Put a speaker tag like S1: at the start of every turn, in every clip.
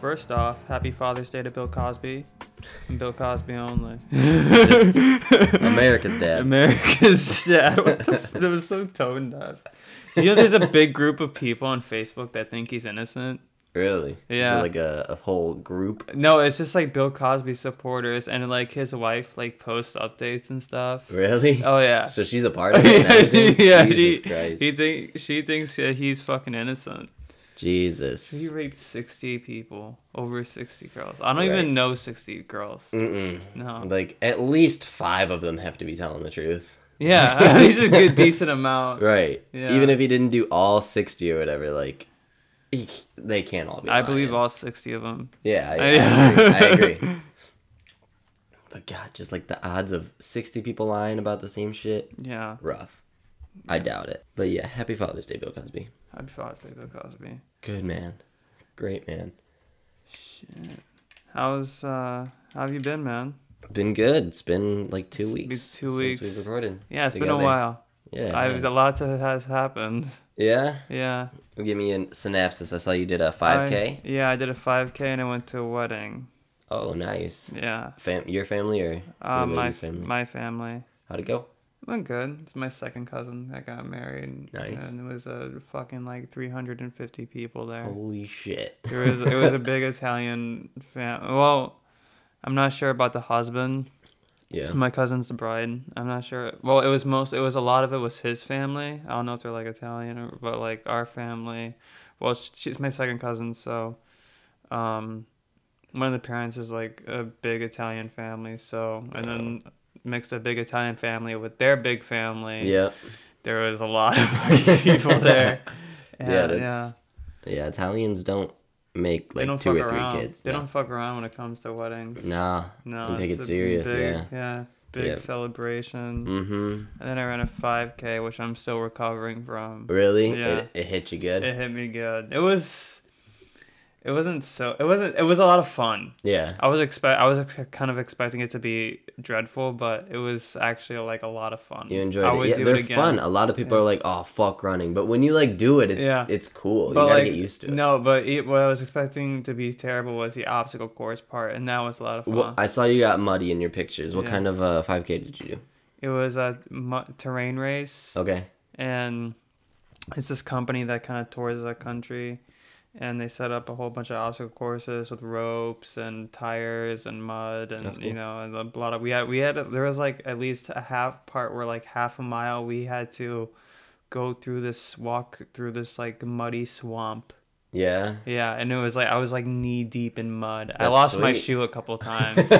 S1: First off, happy Father's Day to Bill Cosby. And Bill Cosby only.
S2: America's dad.
S1: America's dad. What the f- that was so tone deaf. You know, there's a big group of people on Facebook that think he's innocent.
S2: Really?
S1: Yeah.
S2: So like a, a whole group.
S1: No, it's just like Bill Cosby supporters and like his wife like posts updates and stuff.
S2: Really?
S1: Oh yeah.
S2: So she's a part of it. and everything?
S1: yeah,
S2: Jesus
S1: she,
S2: Christ.
S1: he think she thinks that he's fucking innocent. He
S2: Jesus.
S1: raped sixty people, over sixty girls. I don't
S2: Right.
S1: even know sixty girls.
S2: Mm-mm.
S1: No.
S2: Like at least five of them have to be telling the truth.
S1: Yeah, he's a good decent amount.
S2: Right.
S1: Yeah.
S2: Even if he didn't do all sixty or whatever, like he, they can't all be.
S1: I believe
S2: lying.
S1: all sixty of them.
S2: Yeah, I, I
S1: I-
S2: agree. I agree. But God, just like the odds of sixty people lying about the same shit,
S1: Yeah,
S2: rough. I doubt it. But yeah, Happy Father's Day, Bill Cosby.
S1: I'd fuck with Bill Cosby.
S2: Good man. Great man.
S1: Shit. How's uh? How have you been, man?
S2: Been good. It's been like two
S1: been
S2: weeks.
S1: two
S2: since
S1: weeks.
S2: we've recorded.
S1: Yeah, it's been
S2: together.
S1: a while.
S2: Yeah.
S1: I
S2: it
S1: a
S2: has.
S1: lot that has happened.
S2: Yeah.
S1: Yeah.
S2: Give me a synapsis. I saw you did a
S1: I-
S2: five k.
S1: yeah, I did a 5K and I went to a wedding.
S2: Oh, nice.
S1: Yeah.
S2: Fam, your family or
S1: Uh,
S2: your
S1: my
S2: lady's family?
S1: my family.
S2: How'd it go?
S1: It went good. It's my second cousin that got married.
S2: Nice.
S1: And it was a fucking like 350 people there.
S2: Holy shit.
S1: It was it was a big Italian fam. Well, I'm not sure about the husband.
S2: yeah.
S1: My cousin's the bride. I'm not sure. Well, it was most. It was a lot of it was his family. I don't know if they're like Italian or, but like our family. Well, sh- she's my second cousin, so, um, one of the parents is like a big Italian family. So, and then mixed a big Italian family with their big family.
S2: Yeah.
S1: There was a lot of people there.
S2: Yeah, that's- Yeah. Italians don't make
S1: They
S2: like
S1: don't
S2: two
S1: fuck
S2: or three
S1: around.
S2: kids.
S1: They
S2: no.
S1: don't fuck around when it comes to weddings.
S2: Nah.
S1: No,
S2: And take
S1: it's
S2: it
S1: a
S2: serious,
S1: big-
S2: yeah.
S1: Yeah. Big
S2: Yeah.
S1: celebration.
S2: Mm-hmm.
S1: And then I ran a 5K, which I'm still recovering from.
S2: Really?
S1: Yeah.
S2: It, it hit you good.
S1: It hit me good. It was, it wasn't so. It wasn't. It was a lot of fun.
S2: yeah.
S1: I was expect. I was ex- kind of expecting it to be dreadful, but it was actually like a lot of fun.
S2: You enjoyed
S1: I
S2: it.
S1: would
S2: Yeah,
S1: do
S2: they're
S1: it again.
S2: fun. A lot of people are like, "Oh, fuck running," but when you like do it, it's
S1: Yeah.
S2: it's cool.
S1: But
S2: you gotta
S1: like,
S2: get used to it.
S1: No, but it, what I was expecting to be terrible was the obstacle course part, and that was a lot of fun.
S2: Well, I saw you got muddy in your pictures. What
S1: uh-huh. Yeah.
S2: kind of uh, 5K did you do?
S1: it was a mu- terrain race.
S2: Okay.
S1: and it's this company that kind of tours the country and they set up a whole bunch of obstacle courses with ropes and tires and mud and
S2: That's
S1: you
S2: cool.
S1: know and a lot of we had we had there was like at least a half part where like half a mile we had to go through this walk through this like muddy swamp
S2: Yeah.
S1: yeah and it was like i was like knee deep in mud i
S2: That's
S1: lost my
S2: sweet.
S1: shoe a couple times Just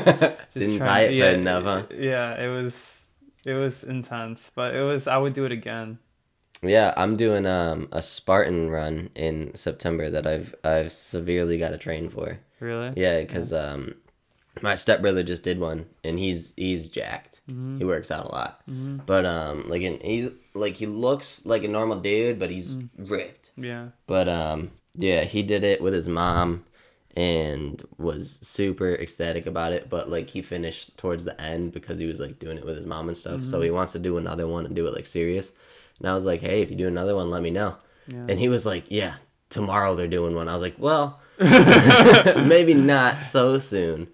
S2: Didn't
S1: trying-
S2: tie it tight
S1: yeah,
S2: enough, huh?
S1: yeah it was it was intense but it was i would do it again
S2: Yeah, I'm doing um a Spartan run in September that I've I've severely got to train for.
S1: really
S2: Yeah, because um my stepbrother just did one and he's he's jacked.
S1: Mm-hmm.
S2: He works out a lot, but um like and he's like he looks like a normal dude, but he's
S1: Mm.
S2: ripped.
S1: yeah.
S2: But um yeah, he did it with his mom and was super ecstatic about it but like he finished towards the end because he was like doing it with his mom and stuff so he wants to do another one and do it like serious and i was like hey if you do another one let me know
S1: Yeah.
S2: and he was like yeah tomorrow they're doing one i was like well maybe not so soon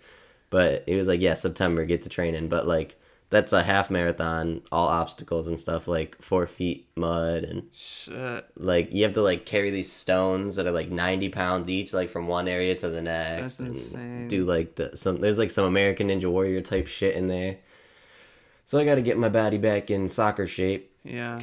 S2: but he was like yeah september get to training but like that's a half marathon all obstacles and stuff like four feet mud and
S1: Shit.
S2: like you have to like carry these stones that are like 90 pounds each like from one area to the next
S1: That's insane.
S2: do like the some there's like some american ninja warrior type shit in there so i got to get my body back in soccer shape
S1: Yeah.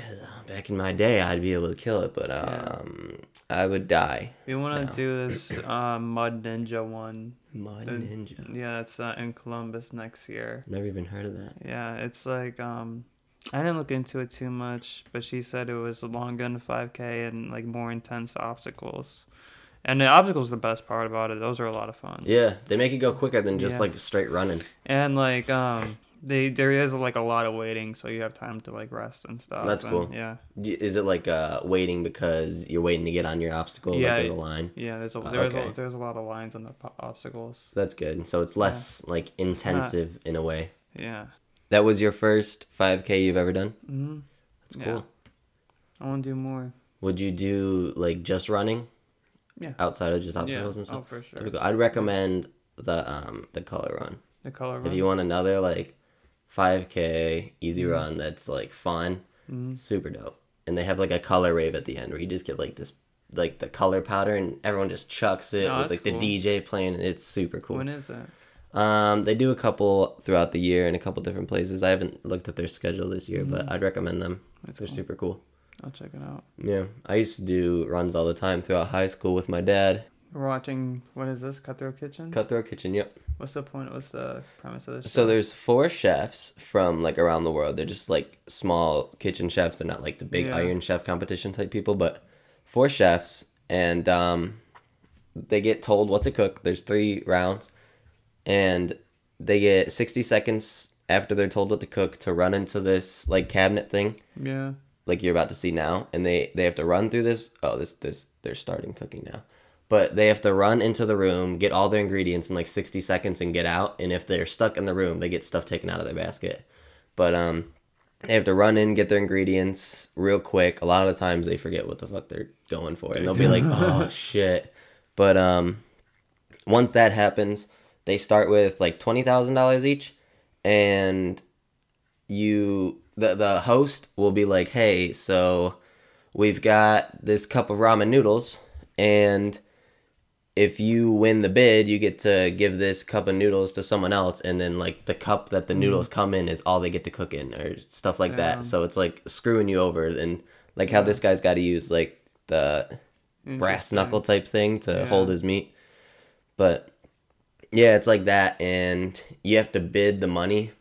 S2: back in my day i'd be able to kill it but um i would die
S1: We want to do this uh, Mud Ninja one.
S2: mud
S1: Then-
S2: ninja
S1: Yeah, it's uh, in Columbus next year.
S2: never even heard of that
S1: Yeah, it's like um, I didn't look into it too much, but she said it was a long gun 5K and like more intense obstacles. And the obstacles are the best part about it. Those are a lot of fun.
S2: yeah they make it go quicker than just
S1: Yeah.
S2: like straight running
S1: And like um, they there is like a lot of waiting, so you have time to like rest and stuff.
S2: That's
S1: and,
S2: cool.
S1: Yeah.
S2: Y- is it like uh waiting because you're waiting to get on your obstacle
S1: Yeah,
S2: like there's a
S1: it-
S2: line
S1: Yeah. There's a
S2: Uh,
S1: there's
S2: okay.
S1: a there's a lot of lines on the po- obstacles.
S2: that's good so it's less like intensive in a way
S1: Yeah.
S2: That was your first 5K you've ever done?
S1: hmm
S2: That's
S1: Yeah.
S2: cool.
S1: I want to do more.
S2: Would you do like just running?
S1: Yeah.
S2: outside of just
S1: Yeah.
S2: obstacles and
S1: Oh,
S2: stuff.
S1: for
S2: That'd
S1: sure.
S2: be cool. I'd recommend the um the color run.
S1: The color
S2: If
S1: run. Mm-hmm.
S2: you want another like 5k easy run that's like fun, super dope. And they have like a color rave at the end where you just get like this like the color powder and everyone just chucks it
S1: Oh,
S2: with
S1: that's
S2: like
S1: cool.
S2: the DJ playing. It's super cool.
S1: When is that?
S2: Um, they do a couple throughout the year in a couple different places. I haven't looked at their schedule this year, but I'd recommend them.
S1: Mm. That's
S2: They're
S1: cool.
S2: super cool.
S1: I'll check it out.
S2: Yeah, I used to do runs all the time throughout high school with my dad.
S1: We're watching. What is this? Cutthroat Kitchen.
S2: Cutthroat Kitchen. Yep.
S1: What's the point? What's the premise of this?
S2: So
S1: show?
S2: there's four chefs from like around the world. They're just like small kitchen chefs. They're not like the big
S1: Yeah.
S2: Iron Chef competition type people, but four chefs, and um, they get told what to cook. There's three rounds, and they get 60 seconds after they're told what to cook to run into this like cabinet thing,
S1: yeah.
S2: like you're about to see now, and they they have to run through this. Oh, this this they're starting cooking now. But they have to run into the room, get all their ingredients in like 60 seconds and get out. And if they're stuck in the room, they get stuff taken out of their basket. But um they have to run in, get their ingredients real quick. A lot of the times they forget what the fuck they're going for. And they'll be like, "Oh shit." But um once that happens, they start with like $20,000 each and you the the host will be like, "Hey, so we've got this cup of ramen noodles and if you win the bid, you get to give this cup of noodles to someone else and then like the cup that the noodles come in is all they get to cook in or stuff like
S1: Damn.
S2: that. So it's like screwing you over and like how this guy's got to use like the brass
S1: Interesting.
S2: knuckle type thing to
S1: Yeah.
S2: hold his meat. But yeah, it's like that, and you have to bid the money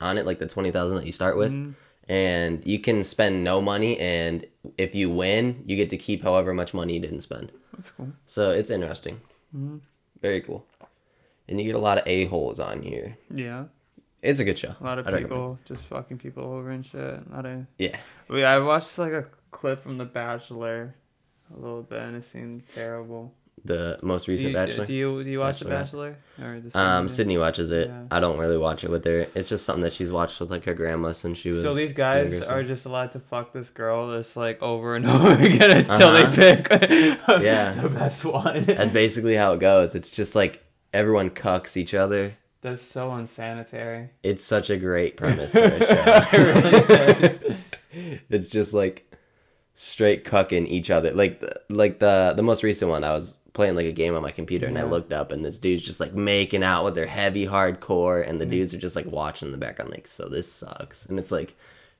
S2: on it, like the twenty thousand that you start with,
S1: Mm-hmm.
S2: and you can spend no money, and if you win, you get to keep however much money you didn't spend.
S1: That's cool.
S2: So it's interesting,
S1: Mm-hmm.
S2: very cool, and you get a lot of a holes on here.
S1: Yeah.
S2: It's a good show.
S1: A lot of
S2: I'd recommend
S1: people just fucking people over and shit. Not a.
S2: it. Yeah,
S1: We I watched like a clip from The Bachelor, a little bit, and it seemed terrible.
S2: the most
S1: Do
S2: recent
S1: you,
S2: Bachelor.
S1: Do you do you watch The
S2: Bachelorette.
S1: Bachelor or the
S2: um,
S1: season?
S2: Sydney watches it.
S1: Yeah.
S2: I don't really watch it with her. It's just something that she's watched with like her grandma since she was.
S1: So these guys
S2: younger, so-
S1: are just allowed to fuck this girl just like over and over again until they pick
S2: Uh-huh. Yeah.
S1: the best one.
S2: That's
S1: That's,
S2: basically how it goes. It's just like everyone cucks each other.
S1: so unsanitary.
S2: It's such a great premise for a show. it's just like straight cucking each other. Like the, like the the most recent one, I was playing like a game on my computer and I
S1: Yeah.
S2: looked up and this dude's just like making out with their heavy hardcore
S1: Mm-hmm.
S2: and the dudes are just like watching in the background like so this sucks and it's like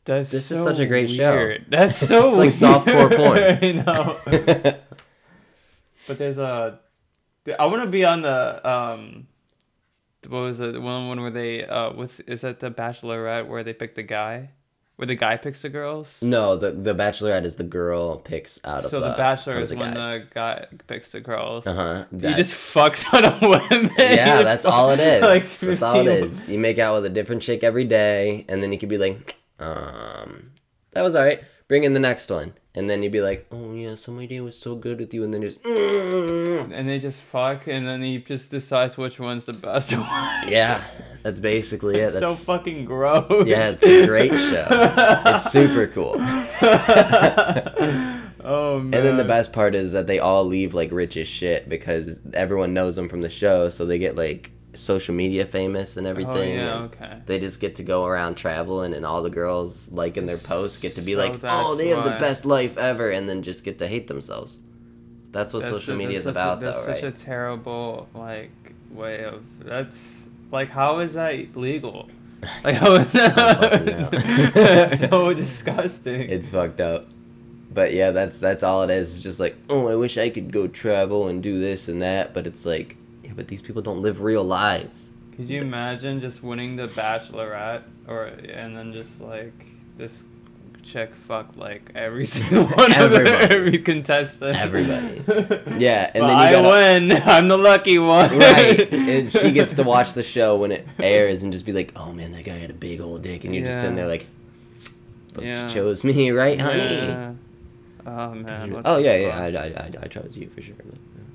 S1: That's
S2: This is
S1: so
S2: such a great show.
S1: weird. That's so
S2: It's like softcore
S1: weird. I know. But there's a. I want to be on the um. What was it? The one one where they uh what's is that the Bachelorette where they pick the guy, where the guy picks the girls.
S2: no the the Bachelorette is the girl picks out of
S1: So the
S2: uh,
S1: Bachelor
S2: tons
S1: is
S2: of
S1: when
S2: guys.
S1: the guy picks the girls.
S2: uh huh
S1: You just fuck ton of women.
S2: yeah,
S1: You
S2: that's
S1: fuck,
S2: all it is.
S1: Like
S2: that's all
S1: 15
S2: it is. You make out with a different chick every day, and then you could be like, um, that was all right. Bring in the next one, and then you'd be like, oh yeah, so my day was so good with you, and then just, mm.
S1: And they just fuck, and then he just decides which one's the best one.
S2: yeah, that's basically it.
S1: so
S2: That's
S1: fucking gross.
S2: yeah, it's a great show. it's super cool.
S1: Oh man.
S2: And then the best part is that they all leave like rich as shit because everyone knows them from the show, so they get like social media famous and everything.
S1: Oh yeah.
S2: and-
S1: Okay.
S2: They just get to go around traveling, and all the girls liking their posts get to be
S1: So
S2: like, "Oh,
S1: that's
S2: they have the
S1: why-
S2: best life ever," and then just get to hate themselves. That's what social
S1: a-
S2: media is
S1: such a-
S2: about,
S1: that's
S2: though, right?
S1: Such a terrible like way of that's like how is that legal? Like how
S2: Oh,
S1: is
S2: fucking know.
S1: that? that's so disgusting.
S2: It's fucked up. But yeah, that's that's all it is. It's just like, oh, I wish I could go travel and do this and that, but it's like, yeah, but these people don't live real lives.
S1: Could you imagine just winning the Bachelorette, or and then just like this chick fucked like every single one of the,
S2: Everybody.
S1: every contestant.
S2: Everybody.
S1: yeah.
S2: Yeah, and
S1: but
S2: then you gotta.
S1: I win. I'm the lucky one.
S2: right. And she gets to watch the show when it airs and just be like, "Oh man, that guy had a big old dick," and you're just sitting
S1: Yeah.
S2: there like, "But
S1: Yeah.
S2: you chose me, right, honey?"
S1: Yeah. Oh man. what
S2: oh
S1: the
S2: yeah, yeah, I,
S1: fuck?
S2: I, I, I chose you for sure. But, yeah,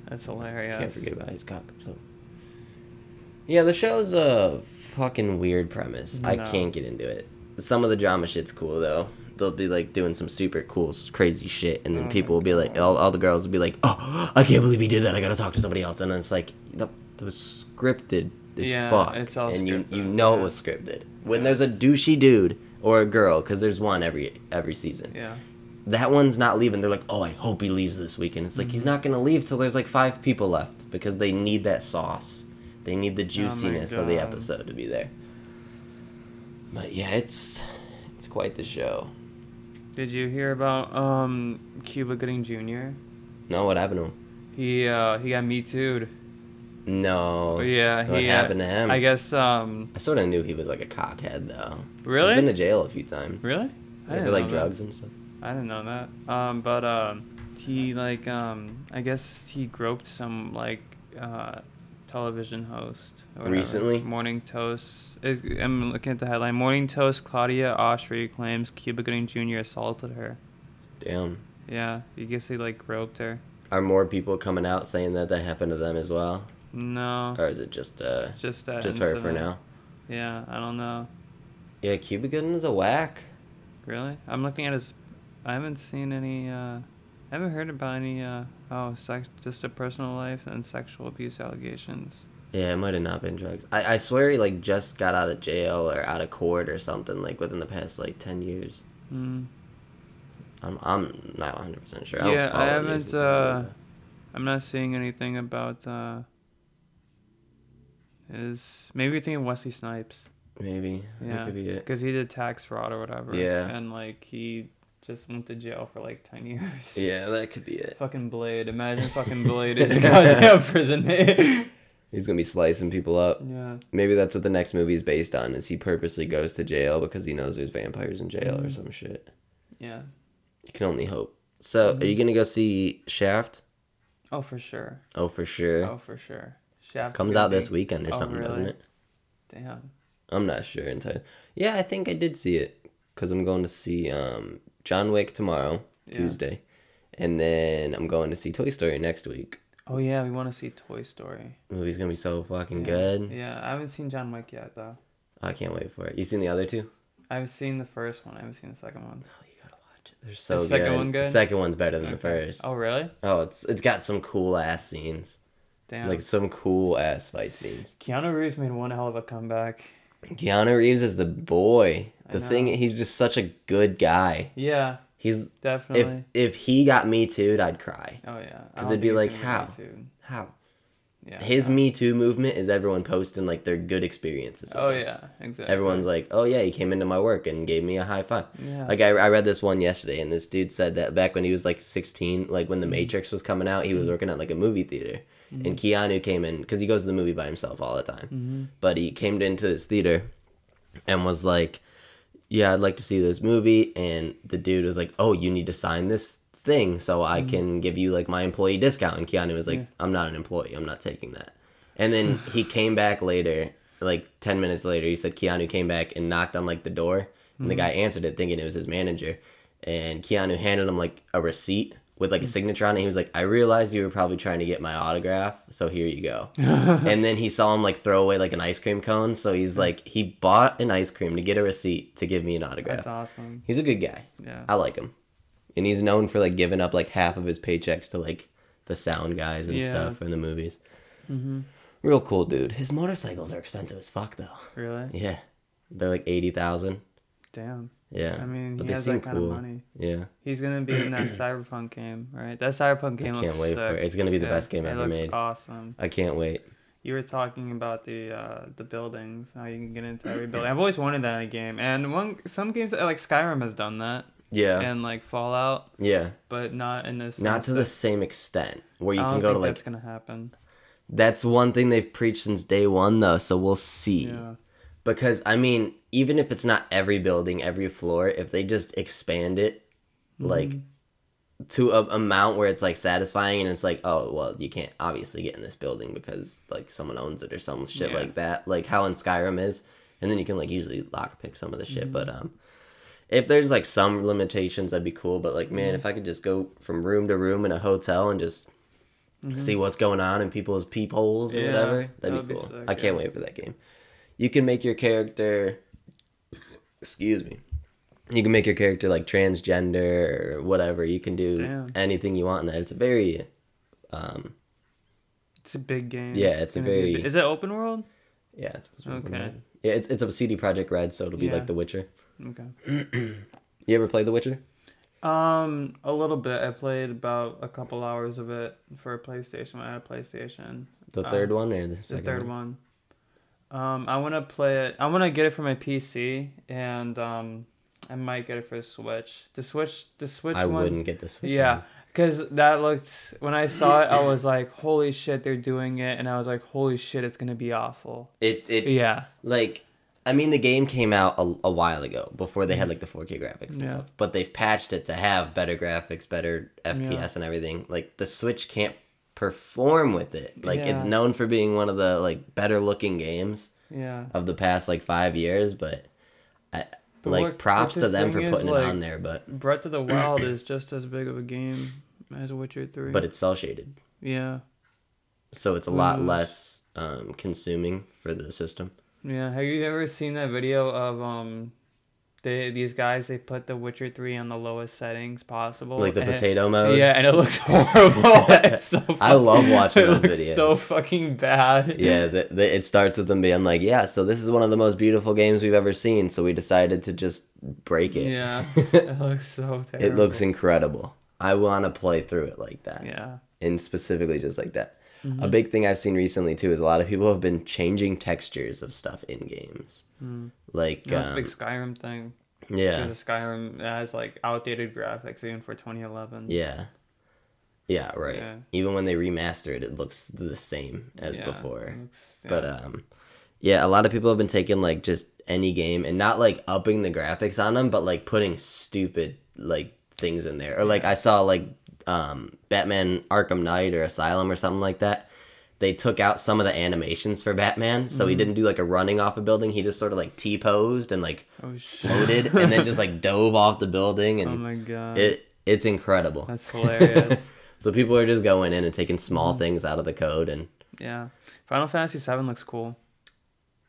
S1: That's hilarious.
S2: Can't forget about his cock. So yeah, the show's a fucking weird premise. I
S1: No.
S2: can't get into it. Some of the drama shit's cool though. they'll be like doing some super cool, s- crazy shit, and then
S1: Oh
S2: people will be like, all, all the girls will be like, "Oh, I can't believe he did that. I gotta talk to somebody else." And then it's like, nope, it was scripted as
S1: Yeah,
S2: fuck,
S1: it's all
S2: and you you
S1: scripted,
S2: know
S1: yeah.
S2: it was scripted. When there's a douchey dude or a girl, because there's one every every season,
S1: Yeah.
S2: that one's not leaving. They're like, "Oh, I hope he leaves this weekend." It's like he's
S1: Mm-hmm.
S2: not gonna leave till there's like five people left because they need that sauce, they need the juiciness of the
S1: Oh God.
S2: episode to be there. But yeah, it's it's quite the show.
S1: Did you hear about um Cuba Gooding Jr.?
S2: No, what happened to him?
S1: He uh he got me too'd.
S2: No.
S1: But yeah,
S2: Oh, What
S1: he uh,
S2: happened to him?
S1: I
S2: I,
S1: guess um
S2: sort of knew he was like a cockhead though.
S1: Really?
S2: He's been to jail a few times.
S1: really?
S2: Yeah, for
S1: know
S2: like
S1: that.
S2: drugs and stuff.
S1: I didn't know that. Um, but um, he like um, I guess he groped some like uh, television host. or whatever.
S2: Recently?
S1: Morning Toast. is- I'm looking at the headline. Morning Toast. Claudia Oshry claims Cuba Gooding Jr. assaulted her.
S2: Damn.
S1: Yeah, you guess he like groped her.
S2: Are more people coming out saying that that happened to them as well,
S1: No,
S2: or is it just uh
S1: just that.
S2: just her for
S1: incident.
S2: now?
S1: Yeah, I don't know.
S2: Yeah, Cuba Gooden's a whack.
S1: Really? I'm looking at his. I haven't seen any. Uh, I haven't heard about any. Uh, oh, sex. Just a personal life and sexual abuse allegations.
S2: Yeah, it might have not been drugs. I, I swear he like just got out of jail or out of court or something like within the past like ten years.
S1: Hmm.
S2: I'm I'm not one hundred percent sure.
S1: Yeah, I
S2: follow news
S1: haven't,
S2: and stuff like
S1: uh, I'm not seeing anything about uh is maybe you're thinking Wesley Snipes.
S2: that. maybe
S1: Yeah.
S2: that could be it.
S1: Because he did tax fraud or whatever.
S2: Yeah.
S1: And like he just went to jail for like ten years.
S2: Yeah, that could be it.
S1: Fucking Blade. Imagine fucking Blade in a goddamn prison.
S2: He's gonna be slicing people up.
S1: yeah.
S2: Maybe that's what the next movie's based on. Is he purposely goes to jail because he knows there's vampires in jail
S1: Mm-hmm.
S2: or some shit?
S1: Yeah.
S2: You can only hope. So,
S1: Mm-hmm.
S2: are you gonna go see Shaft?
S1: Oh for sure.
S2: Oh, for sure.
S1: Oh for sure. Shaft
S2: Comes out this weekend or
S1: Oh,
S2: something, doesn't
S1: really?
S2: it?
S1: Damn.
S2: I'm not sure entirely. Yeah, I think I did see it because I'm going to see um, John Wick tomorrow,
S1: Yeah.
S2: Tuesday, and then I'm going to see Toy Story next week.
S1: Oh yeah, we wanna see Toy Story.
S2: movie's gonna be so fucking
S1: Yeah.
S2: good. Oh,
S1: Yeah. I haven't seen John Wick yet though.
S2: I can't wait for it. You seen the other two?
S1: I've seen the first one, I haven't seen the second one.
S2: Oh, you gotta watch it. They're so
S1: second
S2: good.
S1: one good?
S2: The second one's better than the
S1: Okay.
S2: first.
S1: Oh really?
S2: Oh, it's it's got some cool ass scenes,
S1: Damn.
S2: like some cool ass fight scenes.
S1: Keanu Reeves made one hell of a comeback.
S2: Keanu Reeves is the boy.
S1: I
S2: The thing,
S1: know.
S2: he's just such a good guy.
S1: Yeah,
S2: He's
S1: definitely.
S2: if if he got me too, I'd cry.
S1: oh yeah. I
S2: it'd
S1: don't
S2: be
S1: think
S2: like,
S1: he's
S2: how?
S1: gonna be too.
S2: How?
S1: Yeah.
S2: His Me Too movement is everyone posting like their good experiences. with
S1: Oh
S2: him.
S1: yeah, exactly.
S2: Everyone's like, oh yeah, he came into my work and gave me a high five.
S1: Yeah.
S2: Like I, I read this one yesterday, and this dude said that back when he was like 16, like when The
S1: Mm-hmm.
S2: Matrix was coming out, he was working at like a movie theater, and Keanu came in because he goes to the movie by himself all the time.
S1: Mm-hmm.
S2: But he came into this theater, and was like, yeah, I'd like to see this movie, and the dude was like, oh, you need to sign this thing so I
S1: Mm-hmm.
S2: can give you like my employee discount, and Keanu was like, I'm not an employee, I'm not taking that. And then
S1: Hmm.
S2: he came back later, like 10 minutes later, he said Keanu came back and knocked on like the door. And the
S1: Hmm.
S2: guy answered it thinking it was his manager. And Keanu handed him like a receipt with
S1: Hmm.
S2: like a signature on it. He was like, I realized you were probably trying to get my autograph. So here you go. and then he saw him like throw away like an ice cream cone. So he's
S1: Hmm.
S2: like, he bought an ice cream to get a receipt to give me an autograph.
S1: That's awesome.
S2: He's a good guy.
S1: Yeah.
S2: I like him. And he's known for like giving up like half of his paychecks to like the sound guys and
S1: Yeah.
S2: stuff in the movies. Mm-hmm. Real cool dude. His motorcycles are expensive as fuck though.
S1: Really?
S2: Yeah. They're like 80,000.
S1: Damn.
S2: Yeah.
S1: I mean, he has that kind of money.
S2: Yeah.
S1: He's gonna be in that cyberpunk game, right? That cyberpunk game
S2: can't
S1: looks
S2: wait for
S1: sick.
S2: it. It's gonna be the
S1: Yeah,
S2: best game
S1: it
S2: ever
S1: looks
S2: made.
S1: Awesome.
S2: I can't wait.
S1: You were talking about the uh, the buildings, how you can get into every building. I've always wanted that in a game, and one some games like Skyrim has done that,
S2: Yeah.
S1: and like Fallout,
S2: yeah.
S1: but not in this.
S2: Not to the same extent where you
S1: I
S2: can
S1: don't
S2: go
S1: think
S2: to like
S1: that's gonna happen.
S2: That's one thing they've preached since day one, though. So we'll see.
S1: Yeah.
S2: Because I mean, even if it's not every building, every floor, if they just expand it, like to a amount where it's like satisfying, and it's like, oh well, you can't obviously get in this building because like someone owns it or some shit
S1: Yeah.
S2: like that, like how in Skyrim is, and then you can like usually lockpick some of the shit, but um. If there's like some limitations, that'd be cool. But like,
S1: Mm-hmm.
S2: man, if I could just go from room to room in a hotel and just see what's going on in people's peepholes or
S1: Mm-hmm. Yeah,
S2: whatever.
S1: that
S2: That'd
S1: would
S2: be
S1: be
S2: cool.
S1: sick,
S2: I can't wait for that game. You can make your character. Excuse me. you can make your character like transgender or whatever. You can do
S1: Damn.
S2: anything you want in that. It's a very, um,
S1: It's a big game.
S2: Yeah, it's a
S1: gonna be
S2: very-
S1: big- Is it open world?
S2: yeah, it's supposed to be open
S1: Okay.
S2: world. Yeah, it's it's a CD Project Red, so it'll be
S1: Yeah.
S2: like The Witcher.
S1: Okay.
S2: You ever play The Witcher?
S1: Um, a little bit. I played about a couple hours of it for a PlayStation when I had a PlayStation.
S2: The
S1: Uh,
S2: third one or the
S1: The
S2: second
S1: third one. Um, I want to play it. I want to get it for my PC, and um, I might get it for Switch. The Switch, the Switch
S2: I
S1: one.
S2: wouldn't get the Switch.
S1: Yeah,
S2: one.
S1: because that looked when I saw it, I was like, "Holy shit, they're doing it!" And I was like, "Holy shit, it's gonna be awful."
S2: It it
S1: Yeah,
S2: like I mean the game came out a, a while ago before they had like the 4K graphics and
S1: Yeah.
S2: stuff, but they've patched it to have better graphics, better FPS and everything. Like the Switch can't perform with it. Like it's
S1: Yeah.
S2: known for being one of the like better looking games
S1: yeah.
S2: of the past like 5 years, but I,
S1: But
S2: like
S1: what-
S2: props
S1: but
S2: to
S1: the
S2: them for
S1: thing is,
S2: putting it
S1: like-
S2: on there, but
S1: Breath of the Wild is just as big of a game as Witcher Three.
S2: but it's cell shaded.
S1: yeah,
S2: So it's a lot
S1: Mm.
S2: less um, consuming for the system.
S1: yeah. Have you ever seen that video of um, they these guys they put the Witcher Three on the lowest settings possible,
S2: Like the
S1: and it-
S2: potato mode.
S1: Yeah, and it looks horrible. It's so
S2: I love watching
S1: it
S2: those
S1: looks
S2: videos.
S1: So fucking bad.
S2: yeah, the, the, it starts with them being like, yeah, so this is one of the most beautiful games we've ever seen, so we decided to just break it.
S1: Yeah, it looks so terrible.
S2: it looks incredible. I want to play through it like that,
S1: Yeah. Mm-hmm.
S2: and specifically just like that. A big thing I've seen recently too is a lot of people have been changing textures of stuff in games, like
S1: Mm. No, it's a
S2: um,
S1: big Skyrim thing.
S2: yeah,
S1: Because Skyrim has like outdated graphics even for 2011.
S2: yeah, yeah, right.
S1: Yeah.
S2: Even when they remaster it, it looks the same as
S1: Yeah, Mm-hmm.
S2: before.
S1: it looks- yeah.
S2: But um, yeah, a lot of people have been taking like just any game and not like upping the graphics on them, but like putting stupid like things in there. Or like I saw like um Batman Arkham Knight or Asylum or something like that. They took out some of the animations for Batman, so
S1: Mm-hmm.
S2: he didn't do like a running off a building. He just sort of like T posed and like
S1: oh shit!
S2: floated and then just like dove off the building,
S1: Oh
S2: and
S1: my god,
S2: it it's incredible.
S1: that's Mm-hmm. hilarious.
S2: so people are just going in and taking small things out of the code, and
S1: yeah, Final Fantasy VII looks cool.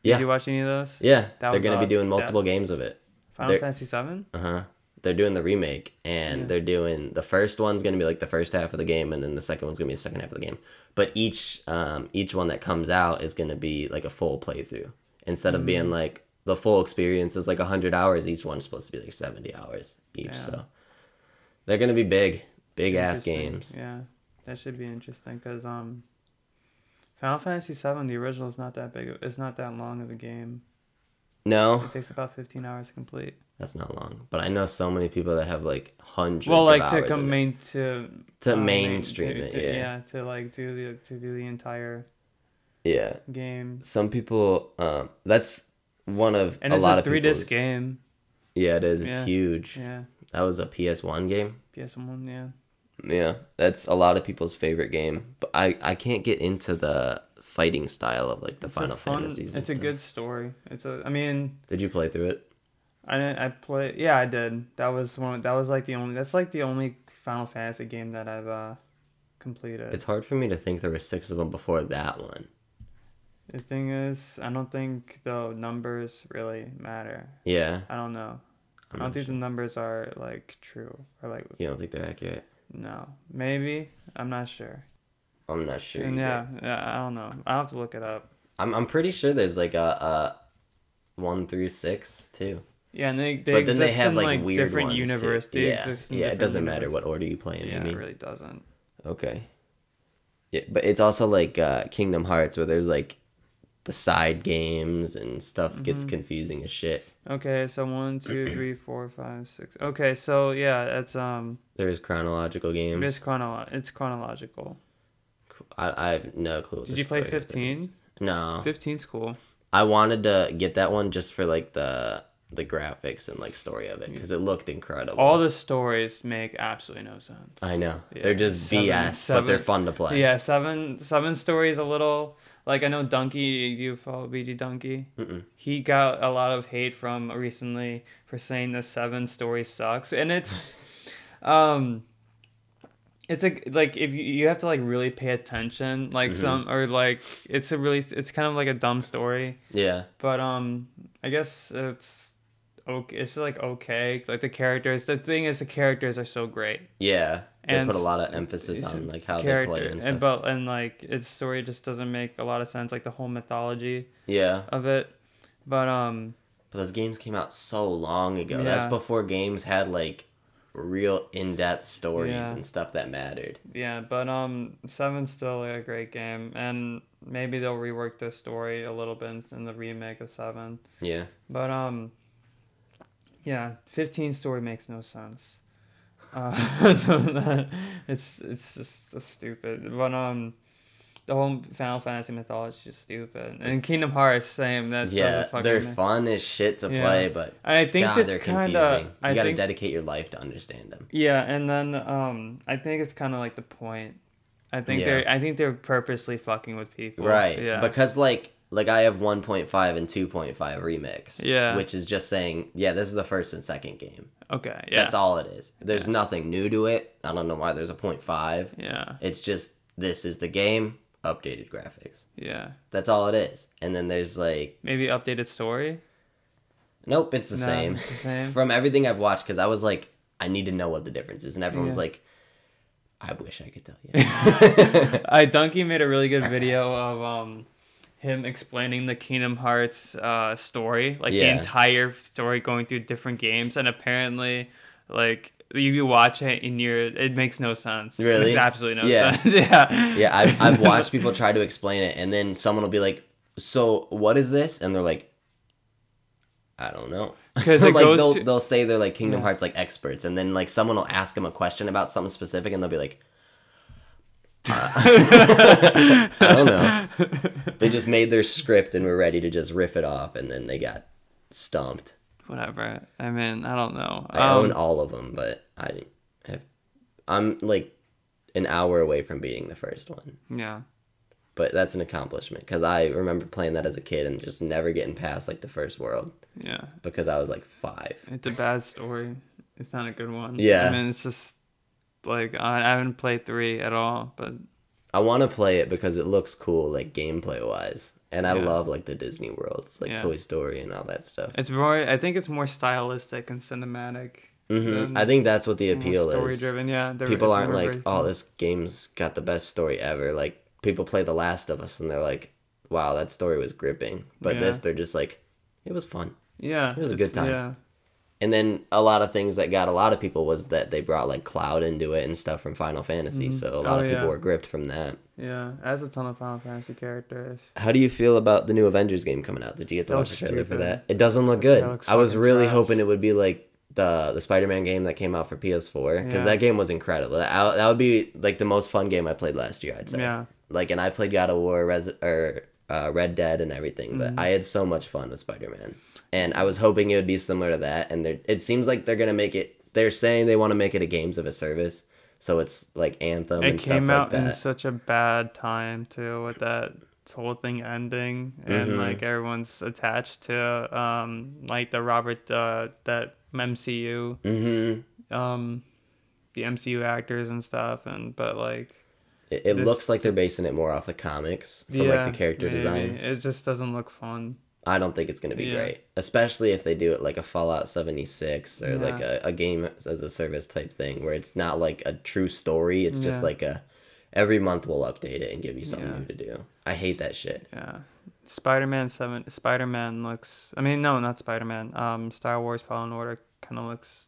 S2: Yeah.
S1: Did you watch any of those?
S2: yeah,
S1: That
S2: they're
S1: was,
S2: gonna
S1: uh,
S2: be doing
S1: that-
S2: multiple games of it.
S1: Final
S2: They're-
S1: Fantasy VII.
S2: Uh huh. They're doing the remake, and they're doing the first one's gonna be like the first half of the game, and then the second one's gonna be the second half of the game. But each um each one that comes out is gonna be like a full playthrough instead of
S1: Mm.
S2: being like the full experience is like hundred hours. Each one's supposed to be like seventy hours each.
S1: Yeah.
S2: So they're gonna be big, big ass
S1: Interesting.
S2: games.
S1: Yeah, that should be interesting because um, Final Fantasy VII the original is not that big. of- It's not that long of a game.
S2: No,
S1: It takes about 15 hours to complete.
S2: that's not long. But I know so many people that have like hundreds.
S1: well, like
S2: of
S1: to
S2: hours
S1: come
S2: of it.
S1: main to
S2: To
S1: uh, main-
S2: mainstream
S1: to-
S2: it,
S1: to-
S2: yeah.
S1: to like do the to do the entire
S2: yeah.
S1: game.
S2: Some people. Um, that's one of
S1: And
S2: a
S1: it's
S2: lot
S1: a
S2: of
S1: three disc
S2: people's-
S1: game.
S2: Yeah, it is. It's
S1: Yeah.
S2: huge.
S1: Yeah.
S2: That was a PS1 game.
S1: PS1, yeah.
S2: Yeah, that's a lot of people's favorite game. But I, I can't get into the fighting style of like the
S1: It's a
S2: Final
S1: fun-
S2: Fantasies. And
S1: It's a
S2: stuff.
S1: good story. It's a. I mean,
S2: Did you play through it?
S1: I didn't- I play. Yeah, I did. That was one. That was like the only. That's like the only Final Fantasy game that I've uh completed.
S2: It's hard for me to think there were six of them before that one.
S1: the thing is, I don't think the numbers really matter.
S2: Yeah,
S1: I don't know. I
S2: I'm
S1: don't
S2: not
S1: think
S2: sure.
S1: the numbers are like true or like
S2: you don't think they're accurate.
S1: no. Maybe I'm not sure.
S2: I'm not sure.
S1: And
S2: either.
S1: yeah, yeah, I don't know. I will have to look it up.
S2: I'm I'm pretty sure there's like a, a one through six too.
S1: Yeah, and they, they
S2: but then
S1: exist
S2: they have
S1: in,
S2: like,
S1: like,
S2: weird
S1: different
S2: ones
S1: universe.
S2: Too.
S1: They
S2: yeah,
S1: exist in
S2: yeah. It
S1: different
S2: doesn't matter
S1: universe.
S2: what order you play in. you
S1: Yeah,
S2: mean?
S1: it really doesn't.
S2: Okay. Yeah, but it's also like uh, Kingdom Hearts where there's like the side games and stuff
S1: Mm-hmm.
S2: gets confusing as shit.
S1: Okay, so one, two, three, four, five, six. Okay, so yeah, it's um,
S2: There's chronological games.
S1: it's chronolo- It's chronological.
S2: I, I have no clue. what
S1: Did
S2: the
S1: you play
S2: story of it
S1: 15?
S2: is. No,
S1: 15's cool.
S2: I wanted to get that one just for like the the graphics and like story of it because it looked incredible.
S1: All the stories make absolutely no sense.
S2: I know
S1: Yeah,
S2: they're just
S1: seven-
S2: BS, but they're
S1: seven-
S2: fun to play.
S1: Yeah, seven seven stories a little like I know Donkey. You follow BG Donkey?
S2: Mm-mm.
S1: He got a lot of hate from recently for saying the seven story sucks, and it's um. It's a like if you, you have to like really pay attention like
S2: Mm-hmm.
S1: some or like it's a really it's kind of like a dumb story
S2: Yeah,
S1: but um i guess it's okay. It's like okay. Like the characters. The thing is, the characters are so great.
S2: Yeah, they
S1: And
S2: put a
S1: s-
S2: lot of emphasis on like how they
S1: Character
S2: play
S1: and,
S2: and stuff.
S1: but and like its story just doesn't make a lot of sense. Like the whole mythology
S2: yeah,
S1: of it. But um,
S2: but those games came out so long ago. That's
S1: Yeah.
S2: before games had like real in-depth stories
S1: Yeah.
S2: and stuff that mattered.
S1: yeah. But um, seven's still a great game, and maybe they'll rework the story a little bit in the remake of seven.
S2: Yeah,
S1: But um, yeah, fifteen story makes no sense. Uh, so that- it's it's just it's stupid. But um, the whole Final Fantasy mythology is just stupid, and Kingdom Hearts same. That's
S2: yeah, they're fun as shit to
S1: Yeah.
S2: play, but
S1: I think
S2: God, they're
S1: it's kind
S2: confusing.
S1: of
S2: you
S1: I
S2: got to
S1: think
S2: dedicate your life to understand them.
S1: yeah, and then um, I think it's kind of like the point. I think
S2: Yeah.
S1: they're I think they're purposely fucking with people.
S2: Right.
S1: Yeah.
S2: Because like like I have 1.5 and 2.5 remix.
S1: Yeah.
S2: Which is just saying, yeah, this is the first and second game.
S1: okay. Yeah.
S2: That's all it is. There's nothing new to it. I don't know why there's a 0.5.
S1: Yeah.
S2: It's just this is the game, updated graphics.
S1: Yeah.
S2: That's all it is. And then there's like
S1: Maybe updated story.
S2: nope, it's the
S1: No,
S2: same.
S1: it's the same.
S2: From everything I've watched cuz I was like I need to know what the difference is and everyone's
S1: Yeah.
S2: like I wish I could tell you.
S1: I Donkey Uh, made a really good video of um him explaining the Kingdom Hearts uh story, like
S2: Yeah.
S1: the entire story going through different games, and apparently, like you, you watch it and you're it makes no sense. It
S2: Really?
S1: makes absolutely no
S2: Yeah.
S1: sense. yeah,
S2: Yeah, I've, I've watched people try to explain it, and then someone will be like, "So what is this?" And they're like, "I don't know."
S1: 'Cause it
S2: like
S1: goes
S2: they'll
S1: to-
S2: they'll say they're like Kingdom Hearts like experts, and then like someone will ask them a question about something specific, and they'll be like, uh, "I don't know." They just made their script and were ready to just riff it off, and then they got stumped.
S1: whatever. I mean, I don't know.
S2: I
S1: Um,
S2: own all of them, but I have I'm like an hour away from beating the first one.
S1: yeah,
S2: but that's an accomplishment because I remember playing that as a kid and just never getting past like the first world
S1: yeah.
S2: because I was like five.
S1: It's a bad story. It's not a good one.
S2: Yeah.
S1: I mean, it's just like I, I haven't played three at all, but
S2: I want to play it because it looks cool, like gameplay wise, and I
S1: Yeah.
S2: love like the Disney worlds, like
S1: Yeah.
S2: Toy Story and all that stuff.
S1: it's more. I think it's more stylistic and cinematic.
S2: hmm
S1: than-
S2: I think that's what the
S1: more
S2: appeal
S1: story
S2: is.
S1: driven. Yeah, they're-
S2: People
S1: it's
S2: aren't
S1: more
S2: like,
S1: very-
S2: "Oh, this game's got the best story ever." Like people play The Last of Us and they're like, "Wow, that story was gripping," but this,
S1: Yeah.
S2: they're just like, "It was fun."
S1: yeah, it
S2: was a good time. And then a lot of things that got a lot of people was that they brought like Cloud into it and stuff from Final Fantasy. So a lot
S1: Oh,
S2: of people
S1: yeah.
S2: were gripped from that.
S1: Yeah, yeah, it has a ton of Final Fantasy characters.
S2: How do you feel about the new Avengers game coming out? Did you get to
S1: That
S2: watch the
S1: looks
S2: trailer for
S1: stupid.
S2: that? It doesn't look good.
S1: That looks
S2: I was
S1: fucking
S2: really
S1: trash.
S2: hoping it would be like the the Spider Man game that came out for PS4 because
S1: Yeah.
S2: that game was incredible. That, I, that would be like the most fun game I played last year. I'd say.
S1: Yeah,
S2: Like, and I played God of War, Res- or uh, Red Dead, and everything.
S1: Mm.
S2: But I had so much fun with Spider Man, and I was hoping it would be similar to that. And they're- it seems like they're gonna make it. They're saying they want to make it a games of a service, so it's like Anthem
S1: it
S2: and stuff
S1: came
S2: like
S1: out
S2: that.
S1: in such a bad time too, with that whole thing ending and
S2: Mm-hmm.
S1: like everyone's attached to um like the Robert uh that MCU
S2: mm-hmm.
S1: um the MCU actors and stuff and but like
S2: It, it
S1: This-
S2: looks like they're basing it more off the comics from
S1: yeah,
S2: like the character
S1: maybe.
S2: designs.
S1: It just doesn't look fun.
S2: I don't think it's gonna be
S1: Yeah.
S2: great, especially if they do it like a Fallout seventy six or like a, a game as a service type thing where it's not like a true story. It's just
S1: Yeah.
S2: like a every month we'll update it and give you something
S1: Yeah.
S2: new to do. I hate that shit.
S1: Yeah. Spider Man seven Spider Man looks I mean no, not Spider Man. Um Star Wars Fallen Order kinda looks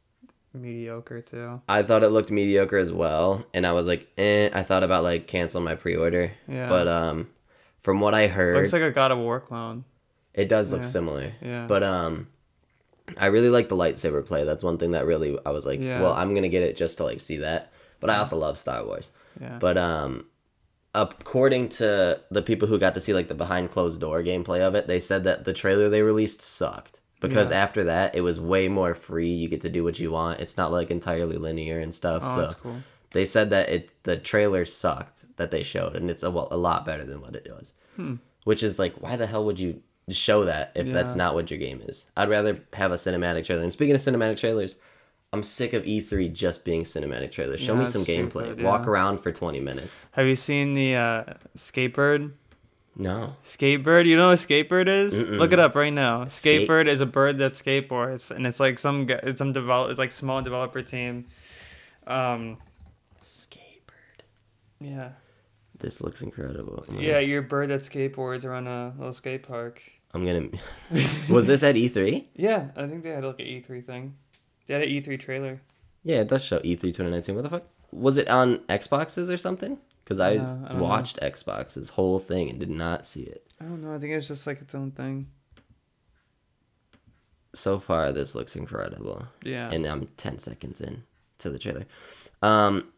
S1: mediocre too.
S2: I thought it looked mediocre as well, and I was like, eh. I thought about like cancel my pre order,
S1: Yeah.
S2: but um, from what I heard,
S1: looks like a God of War clone.
S2: it does look
S1: yeah.
S2: similar.
S1: Yeah.
S2: But um I really like the lightsaber play. That's one thing that really I was like,
S1: Yeah.
S2: well, I'm going to get it just to like see that. But I also love Star Wars.
S1: yeah.
S2: But um according to the people who got to see like the behind closed door gameplay of it, they said that the trailer they released sucked because after that it was way more free. You get to do what you want. It's not like entirely linear and stuff.
S1: oh,
S2: so
S1: that's cool.
S2: they said that it the trailer sucked that they showed and it's a, well, a lot better than what it was which is like why the hell would you show that if that's
S1: Hmm. Yeah.
S2: not what your game is i'd rather have a cinematic trailer and speaking of cinematic trailers i'm sick of e3 just being cinematic trailers show
S1: Yeah,
S2: me some
S1: it's
S2: gameplay
S1: stupid,
S2: walk
S1: yeah.
S2: around for 20 minutes
S1: Have you seen the uh skatebird?
S2: No.
S1: Skatebird, you know what a skatebird is?
S2: Mm-mm.
S1: Look it up right now.
S2: Skate-
S1: Skatebird is a bird that skateboards, and it's like some gu- it's some develop it's like small developer team. Um,
S2: Skatebird.
S1: yeah,
S2: This looks incredible. I'm gonna-
S1: yeah, you're a bird that skateboards around a little skate park.
S2: I'm gonna. was this at E E3?
S1: Yeah, I think they had like an E3 thing. They had an E3 trailer.
S2: Yeah, it does show E E3 2019. What the fuck? Was it on Xboxes or something? Because I
S1: No, I don't know.
S2: watched Xbox's whole thing and did not see it.
S1: I don't know. I think it's just like its own thing.
S2: So far, this looks incredible.
S1: Yeah.
S2: and I'm 10 seconds in to the trailer. Um,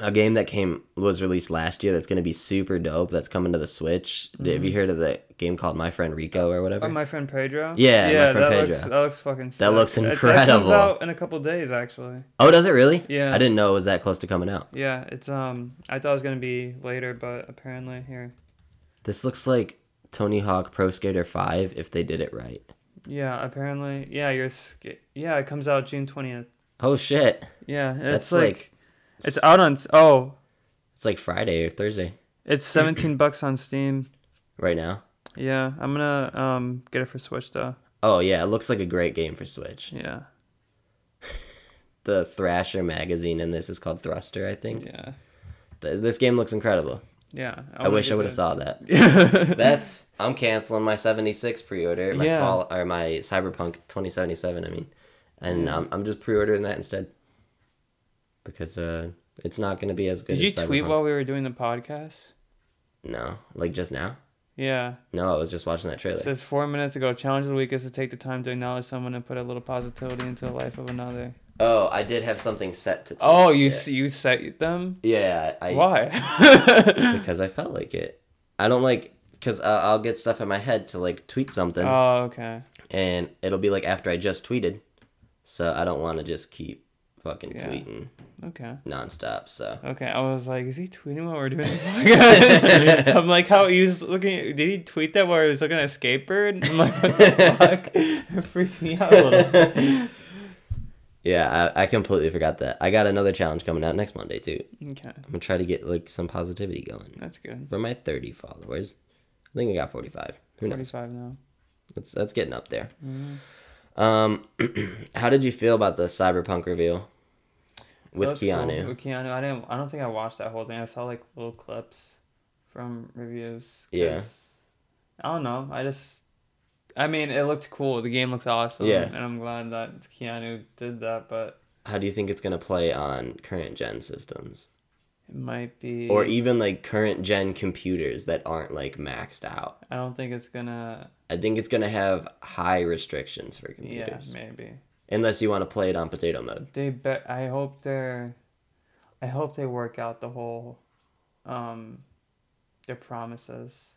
S2: a game that came was released last year that's going to be super dope. That's coming to the Switch. Have you heard of the game called My Friend Rico or whatever?
S1: Mm-hmm. Oh, my friend Pedro.
S2: Yeah, my friend
S1: that Looks,
S2: Pedro.
S1: that looks fucking. Sick.
S2: looks
S1: It- That comes
S2: incredible.
S1: out in a couple days, actually.
S2: oh, does it really?
S1: Yeah.
S2: I didn't know it was that close to coming out.
S1: Yeah, it's um. I thought it was gonna be later, but apparently here.
S2: This looks like Tony Hawk Pro Skater 5 if they did it right.
S1: Yeah, apparently. Yeah, you're. Sca- yeah, it comes out June twentieth.
S2: Oh shit.
S1: Yeah, it's
S2: That's
S1: like,
S2: like
S1: it's out on. Oh,
S2: It's like Friday or Thursday
S1: it's seventeen bucks on Steam.
S2: right now.
S1: Yeah, I'm gonna um get it for Switch though.
S2: Oh yeah, it looks like a great game for Switch.
S1: Yeah.
S2: The Thrasher magazine in this is called Thruster, I think.
S1: Yeah.
S2: Th- This game looks incredible.
S1: Yeah.
S2: I wish I would have saw that.
S1: have.
S2: That's I'm canceling my 76 pre-order, my
S1: Yeah.
S2: fall or my Cyberpunk 2077, I mean. And um, I'm just pre-ordering that instead. Because uh it's not going to be as good
S1: Did you
S2: as
S1: tweet
S2: Cyberpunk.
S1: while we were doing the podcast?
S2: No, like just now?
S1: Yeah.
S2: No, I was just watching that trailer.
S1: It says four minutes ago, challenge of the week is to take the time to acknowledge someone and put a little positivity into the life of another.
S2: oh, I did have something set to tweet.
S1: Oh, you
S2: yeah.
S1: s you set them?
S2: Yeah, I
S1: Why?
S2: because I felt like it. I don't like cuz uh, I'll get stuff in my head to like tweet something
S1: oh, okay.
S2: and it'll be like after I just tweeted. So I don't want to just keep fucking
S1: Yeah.
S2: tweeting
S1: Okay.
S2: nonstop, so
S1: Okay. I was like, is he tweeting while we're doing the podcast? I'm like, how he was looking at, did he tweet that while he was looking at Skatebird? I'm like, what the fuck? It freaked me out a little.
S2: Yeah, I, I completely forgot that. I got another challenge coming out next Monday too.
S1: Okay.
S2: I'm gonna try to get like some positivity going
S1: That's good.
S2: for my 30 followers. I think I got 45. Who knows?
S1: 45 now.
S2: That's that's getting up there.
S1: Mm-hmm.
S2: Um, how did you feel about the cyberpunk reveal with
S1: That was
S2: Keanu?
S1: cool. With Keanu, I didn't. I don't think I watched that whole thing. I saw like little clips from reviews. 'cause-
S2: Yeah.
S1: I don't know. I just. I mean, it looked cool. The game looks awesome.
S2: Yeah.
S1: And I'm glad that Keanu did that, but
S2: How do you think it's gonna play on current gen systems,
S1: it might be.
S2: or even like current gen computers that aren't like maxed out?
S1: I don't think it's gonna.
S2: I think it's gonna have high restrictions for
S1: Yeah,
S2: computers,
S1: maybe.
S2: unless you want to play it on potato mode.
S1: They bet. I hope they're. I hope they work out the whole. Um, their promises.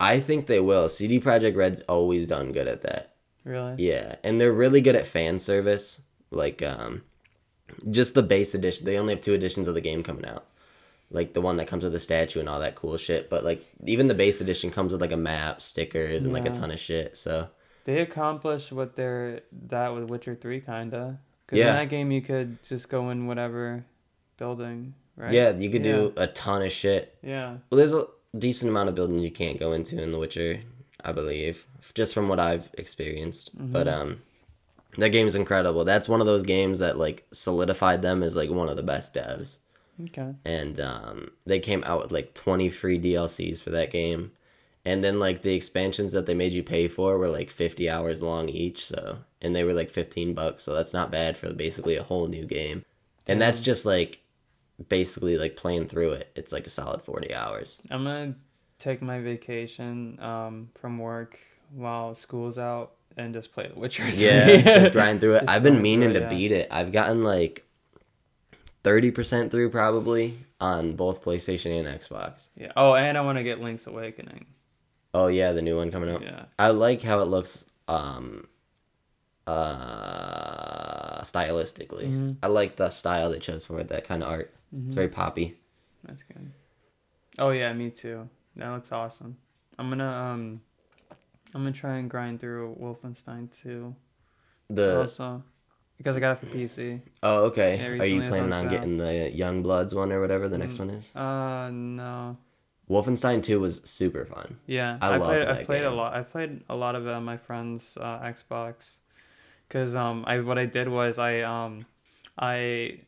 S2: I think they will. CD Projekt Red's always done good at that.
S1: Really.
S2: Yeah, and they're really good at fan service. Like, um, just the base edition. They only have two editions of the game coming out. Like the one that comes with the statue and all that cool shit. But like, even the base edition comes with like a map, stickers, and like a
S1: Yeah.
S2: ton of shit. So
S1: They accomplished what they're that with Witcher Three, kinda. Because
S2: Yeah.
S1: in that game, you could just go in whatever building, right?
S2: yeah, you could do a ton of shit.
S1: Yeah,
S2: Well, there's a decent amount of buildings you can't go into in The Witcher, I believe, just from what I've experienced. But um, that game is incredible. That's one of those games that like solidified them as like one of the best devs,
S1: okay.
S2: and um, they came out with like 20 free DLCs for that game, and then like the expansions that they made you pay for were like 50 hours long each. So and they were like 15 bucks, so that's not bad for basically a whole new game, and that's just like basically like playing through it. It's like a solid 40 hours.
S1: I'm gonna take my vacation um, from work while school's out and just play The Witcher. 3.
S2: Yeah, just grind through it.
S1: Just
S2: I've been
S1: grind
S2: meaning
S1: through
S2: to
S1: it, yeah.
S2: beat it. I've gotten like 30% through probably on both PlayStation and Xbox.
S1: Yeah. Oh, and I want to get Link's Awakening.
S2: Oh yeah, the new one coming out.
S1: Yeah.
S2: I like how it looks um uh stylistically.
S1: Mm-hmm.
S2: I like the style they chose for it, that kind of art. It's very poppy.
S1: That's good. Oh yeah, me too. That looks awesome. I'm gonna um, I'm gonna try and grind through Wolfenstein 2
S2: The
S1: also because I got it for PC.
S2: Oh, okay.
S1: Yeah,
S2: Are
S1: recently
S2: you
S1: it's
S2: planning
S1: on
S2: on
S1: sale. Mm-hmm.
S2: getting the Young Bloods one or whatever the next one is?
S1: Uh no,
S2: Wolfenstein 2 was super fun.
S1: Yeah,
S2: I
S1: I,
S2: love
S1: played. I
S2: that
S1: played a
S2: game.
S1: lot. I played a lot of it on my friend's uh, Xbox, because um, I what I did was I um, I,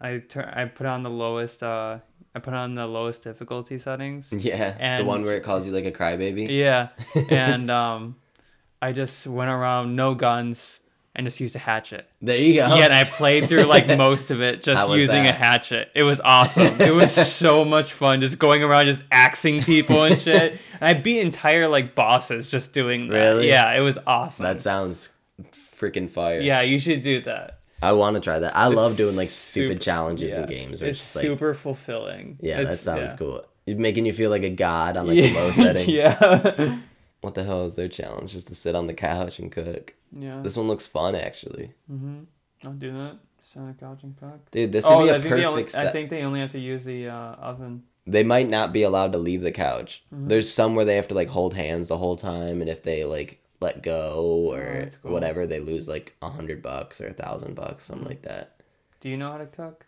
S1: I tur- I put on the lowest uh, I put on the lowest difficulty settings.
S2: Yeah. the
S1: And-
S2: one where it calls you like a crybaby.
S1: Yeah, and um, I just went around no guns and just used a hatchet.
S2: There you go.
S1: Yeah, and I played through like most of it
S2: Oh. How
S1: just
S2: was
S1: using
S2: that?
S1: a hatchet. It was awesome. it was so much fun just going around just axing people and shit. And I beat entire like bosses just doing that.
S2: Really?
S1: Yeah, it was awesome.
S2: that sounds freaking fire.
S1: yeah, you should do that.
S2: I want to try that. I love
S1: It's
S2: doing like
S1: super-
S2: stupid challenges
S1: Yeah.
S2: in games. Where it's,
S1: It's
S2: just like,
S1: super fulfilling.
S2: yeah, that
S1: It's-
S2: sounds
S1: yeah.
S2: cool. It making you feel like a god on like
S1: yeah.
S2: a low setting.
S1: yeah.
S2: What the hell is their challenge? Just to sit on the couch and cook.
S1: yeah.
S2: This one looks fun actually,
S1: I'll do that. Sonic Couch and Cook.
S2: dude. This would
S1: Oh,
S2: be
S1: I
S2: a
S1: think, they only,
S2: perfect
S1: I
S2: set.
S1: think they only have to use the uh, oven.
S2: They might not be allowed to leave the couch.
S1: Mm-hmm.
S2: There's some where they have to like hold hands the whole time, and if they like let go or
S1: Oh, that's cool. Mm-hmm.
S2: whatever, they lose like a hundred bucks or a thousand bucks, something like that.
S1: Do you know how to cook?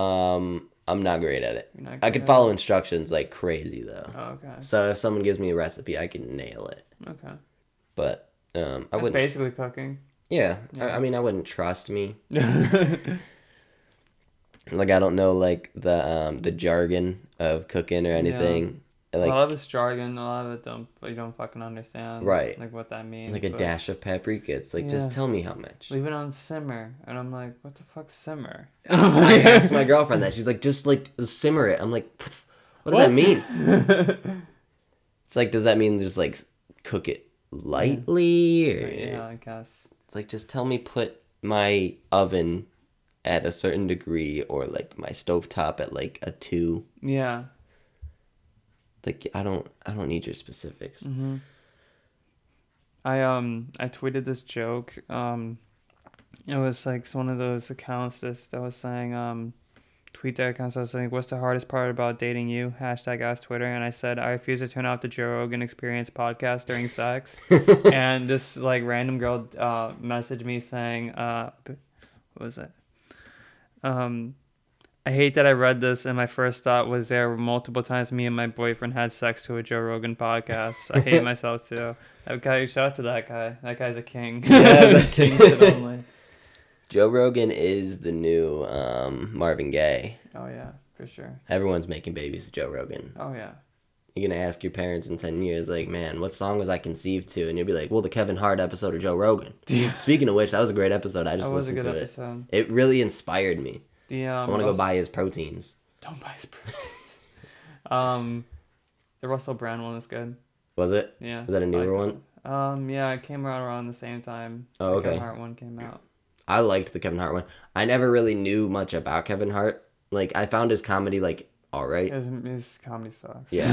S2: Um, I'm not great at it.
S1: You're not
S2: I
S1: good
S2: could
S1: at
S2: follow instructions like crazy though.
S1: Oh, okay.
S2: So if someone gives me a recipe, I can nail it.
S1: Okay.
S2: But um, I
S1: That's
S2: wouldn't.
S1: basically cooking.
S2: Yeah, I,
S1: Yeah.
S2: I mean, I wouldn't trust me.
S1: yeah.
S2: Like I don't know like the um the jargon of cooking or anything. Like
S1: a lot of it's jargon, a lot of it don't you don't fucking understand.
S2: Right.
S1: Like what that means.
S2: like a
S1: but
S2: dash of paprika. It's like just
S1: Yeah.
S2: tell me how much.
S1: Leave it on simmer, and I'm like, what the fuck, simmer?
S2: I asked my girlfriend that. She's like, just like simmer it. I'm like, what, the f- what does that mean? It's like, does that mean just like s- cook it lightly? Or
S1: yeah, I guess.
S2: it's like just tell me put my oven at a certain degree or like my stovetop at like a two.
S1: Yeah.
S2: like i don't i don't need your specifics
S1: Mm-hmm. I um I tweeted this joke. Um, it was like one of those accounts that that was saying um, tweet that account that was saying what's the hardest part about dating you hashtag ask Twitter and I said I refuse to turn off the Joe Rogan Experience podcast during sex, and this like random girl uh messaged me saying uh b- what was it um. I hate that I read this, and my first thought was there were multiple times me and my boyfriend had sex to a Joe Rogan podcast. I hate myself too. Okay, shout out to that guy. That guy's a king.
S2: Yeah.
S1: king shit only.
S2: joe rogan is the new um, marvin gaye
S1: Oh yeah, for sure.
S2: everyone's making babies to joe rogan
S1: Oh yeah.
S2: you're gonna ask your parents in 10 years like man what song was i conceived to and you'll be like well the kevin hart episode of joe rogan speaking of which that was a great episode i just
S1: That was a
S2: listened
S1: good
S2: to
S1: episode.
S2: it it really inspired me
S1: The um,
S2: i want to go
S1: Rus-
S2: buy his proteins
S1: Don't buy his proceeds. um, the Russell Brand one is good.
S2: was it
S1: Yeah.
S2: Is that a
S1: I
S2: newer
S1: like
S2: one?
S1: that. Um, yeah, it came around around the same time.
S2: Oh,
S1: the
S2: okay.
S1: Kevin Hart one came out.
S2: I liked the Kevin Hart one. I never really knew much about Kevin Hart. Like I found his comedy like all right.
S1: His, his comedy sucks.
S2: Yeah,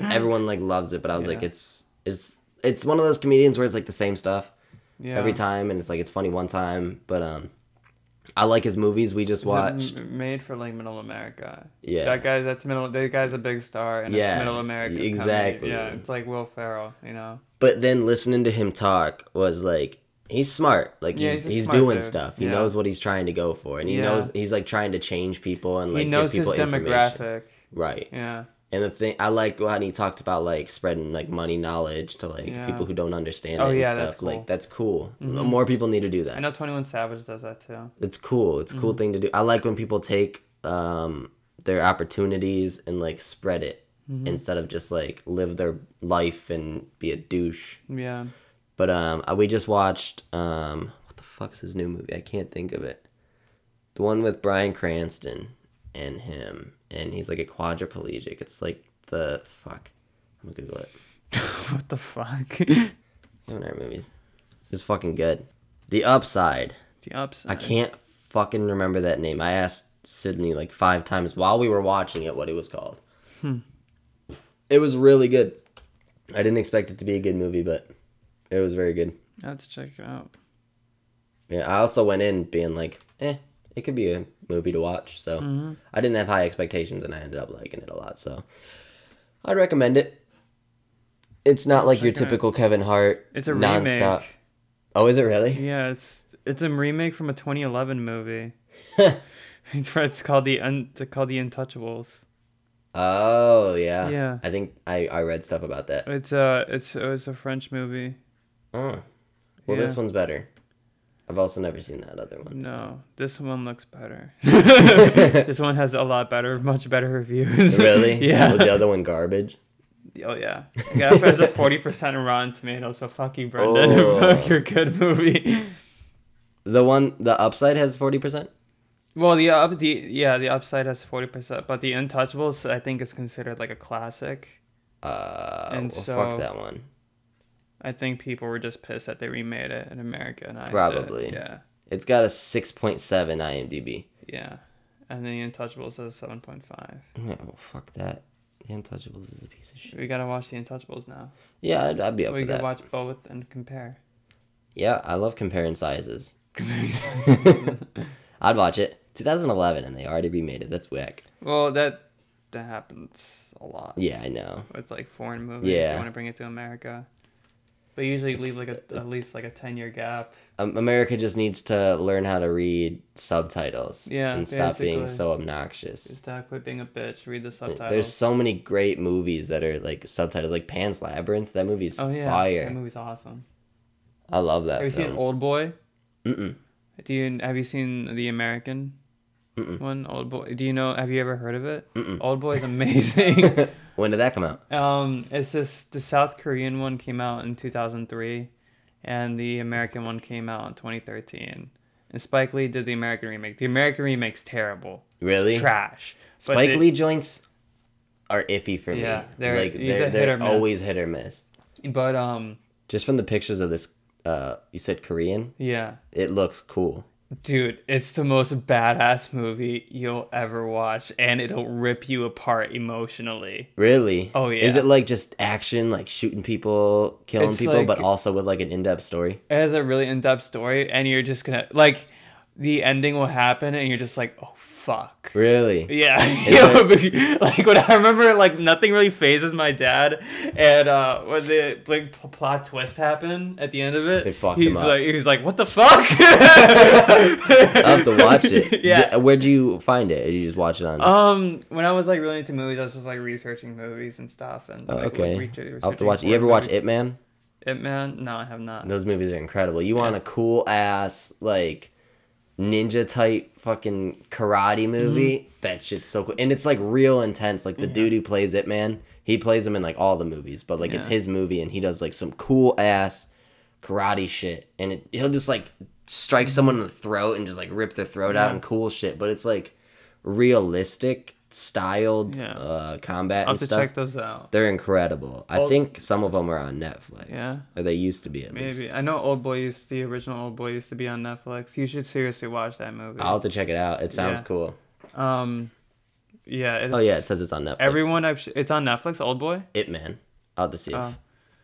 S2: I- everyone like loves it, but I was like,
S1: Yeah.
S2: it's it's it's one of those comedians where it's like the same stuff
S1: Yeah.
S2: every time, and it's like it's funny one time, but um, I like his movies. We just
S1: Is it m-
S2: watched.
S1: made for like middle America.
S2: Yeah.
S1: That guy, that's middle. That guy's a big star, and
S2: Yeah,
S1: it's middle America. comedy.
S2: exactly.
S1: Yeah, it's like Will Ferrell. You know.
S2: But then listening to him talk was like he's smart. Like
S1: Yeah,
S2: he's
S1: he's
S2: he's,
S1: a smart
S2: doing
S1: dude.
S2: stuff. He
S1: Yeah.
S2: knows what he's trying to go for, and he
S1: Yeah.
S2: knows he's like trying to change people and like
S1: he knows
S2: give
S1: his
S2: people information.
S1: demographic.
S2: Right.
S1: Yeah.
S2: And the thing I like when he talked about like spreading like money knowledge to like
S1: Yeah.
S2: people who don't understand
S1: Oh,
S2: it and
S1: yeah,
S2: stuff.
S1: that's cool. Mm-hmm.
S2: Like that's cool. More people need to do that.
S1: I know Mm-hmm. Twenty One Savage does that too.
S2: it's cool. It's a cool thing to do. I like when people take um their opportunities and like spread it
S1: Mm-hmm.
S2: instead of just like live their life and be a douche.
S1: Yeah.
S2: But um I- we just watched um what the fuck's his new movie? I can't think of it. The one with Brian Cranston and him and he's like a quadriplegic. It's like the fuck. I'm gonna Google it.
S1: what the fuck?
S2: One of our movies. It's fucking good. The upside.
S1: the upside.
S2: I can't fucking remember that name. I asked Sydney like five times while we were watching it what it was called. It was really good. I didn't expect it to be a good movie, but it was very good.
S1: I have to check it out.
S2: Yeah, I also went in being like, eh, it could be a movie to watch. So
S1: Mm. Mm-hmm.
S2: I didn't have high expectations, and I ended up liking it a lot. So I'd recommend it. It's not like your
S1: Check it out.
S2: typical Kevin Hart.
S1: It's a
S2: nonstop-
S1: remake.
S2: Oh, is it really?
S1: Yeah, it's it's a remake from a 2011 movie. it's called the Un- it's called the Untouchables.
S2: Oh yeah.
S1: Yeah.
S2: I think I, I read stuff about that.
S1: It's uh it's it was a French movie.
S2: Oh. Well,
S1: Yeah.
S2: this one's better. I've also never seen that other one. so.
S1: No, this one looks better. this one has a lot better, much better reviews.
S2: Oh, Really?
S1: yeah.
S2: Was the other one garbage?
S1: Oh yeah. Yeah, it has a forty percent Rotten Tomato, so fuck you, Brendan.
S2: Oh.
S1: fuck your good movie.
S2: The one the upside has forty percent.
S1: Well, the up the yeah the upside has forty percent, but the Untouchables I think is considered like a classic.
S2: Uh,
S1: And
S2: well,
S1: so-
S2: fuck that one.
S1: I think people were just pissed that they remade it in America and I
S2: Probably.
S1: yeah
S2: It's got a six point seven IMDb.
S1: yeah, and the Untouchables is seven point five.
S2: Yeah, well, fuck that. The Untouchables is a piece of shit.
S1: We gotta watch the Untouchables now.
S2: Yeah, I'd, I'd be up
S1: we
S2: for
S1: could
S2: that.
S1: watch both and compare.
S2: Yeah, I love comparing sizes. I'd watch it. 2011, and they already remade it. That's whack.
S1: Well, that that happens a lot.
S2: Yeah, I know.
S1: With like foreign movies,
S2: Yeah.
S1: you want to bring it to America. They usually leave like
S2: It's- uh,
S1: a, at least like a ten year gap.
S2: Um, America just needs to learn how to read subtitles.
S1: Yeah,
S2: and stop being
S1: basically.
S2: so obnoxious.
S1: Just uh, quit being a bitch. Read the subtitles.
S2: There's so many great movies that are like subtitles, like Pan's Labyrinth. That movie's
S1: oh yeah, that
S2: fire.
S1: movie's awesome.
S2: I love that
S1: Have you
S2: film.
S1: seen Old Boy?
S2: Mm-mm.
S1: Do you have you seen the American
S2: Mm-mm.
S1: one? Old Boy. Do you know? Have you ever heard of it?
S2: Mm-mm.
S1: Old Boy is amazing.
S2: When did that come out?
S1: Um, it's this the South Korean one came out in 2003, and the American one came out in 2013. And Spike Lee did the American remake. The American remake's terrible,
S2: Really?
S1: trash. But
S2: Spike
S1: the-
S2: Lee joints are iffy for
S1: Yeah,
S2: me.
S1: they're-
S2: like
S1: he's
S2: they're,
S1: a hit
S2: they're
S1: or miss.
S2: always hit or miss.
S1: but um,
S2: Just from the pictures of this, uh, you said Korean.
S1: yeah,
S2: It looks cool.
S1: dude, it's the most badass movie you'll ever watch, and it'll rip you apart emotionally.
S2: Really?
S1: Oh,
S2: Is
S1: yeah.
S2: it like just action, like shooting people, killing
S1: It's
S2: people, but
S1: like-
S2: also with like an in-depth story?
S1: It has a really in depth story, and you're just gonna like, the ending will happen, and you're just like, oh fuck.
S2: Really?
S1: Yeah, Yeah, but- like when I remember, like nothing really phases my dad, and uh, when the big pl- plot twist happened at the end of it,
S2: They fucked
S1: he's
S2: him up.
S1: like, he was like, "What the fuck?"
S2: I'll have to watch it.
S1: Yeah.
S2: Th- Where'd you find it? Did you just watch it on?
S1: Um, when I was like really into movies, I was just like researching movies and stuff, and
S2: Oh,
S1: like,
S2: okay.
S1: re- re-
S2: I'll have to
S1: researching
S2: watch it. You ever
S1: foreign
S2: watch
S1: movies.
S2: It Man?
S1: It Man? No, I have not.
S2: Those movies are incredible. You want a cool ass like ninja type fucking
S1: Mm-hmm.
S2: karate movie? That shit's so cool, and it's like real intense. Like the dude who plays It Man, he plays him in like all the movies, but like it's
S1: Yeah.
S2: his movie, and he does like some cool ass karate shit, and it, he'll just like
S1: Mm-hmm.
S2: strike someone in the throat and just like rip their throat out and cool shit. But it's like realistic styled
S1: Yeah.
S2: uh, combat
S1: I'll have
S2: and
S1: to
S2: stuff.
S1: check those out.
S2: They're incredible. I
S1: Well-
S2: think some of them are on Netflix.
S1: Yeah.
S2: Or they used to be at least.
S1: Maybe I know Old Boy used the original Old Boy used to be on Netflix. You should seriously watch that movie.
S2: I'll have to check it out. It sounds
S1: Yeah.
S2: cool.
S1: Um, yeah. It's,
S2: Oh yeah, it says it's on Netflix.
S1: Everyone I've sh- it's on Netflix, Old Boy.
S2: It Man. I'll have to see if
S1: Oh.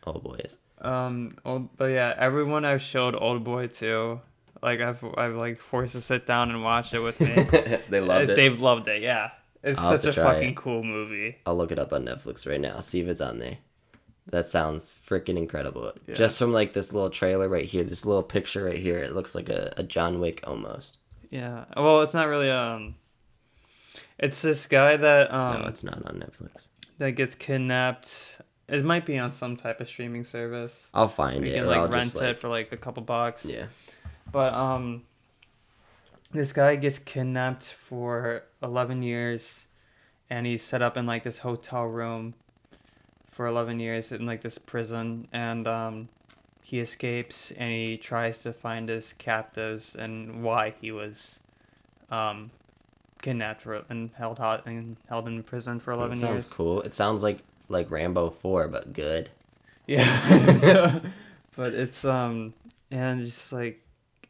S2: Old Boy is.
S1: Um, old, but yeah, everyone I've showed Old Boy to, like I've I've like forced to sit down and watch it with me.
S2: they loved it.
S1: They've loved it. Yeah, it's
S2: I'll have
S1: such a
S2: to try
S1: fucking
S2: it.
S1: cool movie.
S2: I'll look it up on Netflix right now. See if it's on there. That sounds freaking incredible. Just from like this little trailer right here, this little picture right here, it looks like a, a John Wick almost.
S1: Yeah. Well, it's not really um. It's this guy that um
S2: No, it's not on Netflix.
S1: that gets kidnapped. It might be on some type of streaming service.
S2: I'll find
S1: You
S2: it.
S1: can
S2: Or
S1: like
S2: I'll
S1: rent
S2: just like
S1: it for like a couple bucks.
S2: yeah.
S1: But um, this guy gets kidnapped for eleven years, and he's set up in like this hotel room for eleven years in like this prison, and um, he escapes and he tries to find his captives and why he was um kidnapped for, and held hot and held in prison for
S2: That
S1: eleven
S2: sounds
S1: years.
S2: cool. It sounds like like Rambo Four, but good.
S1: Yeah. So- but it's um and just like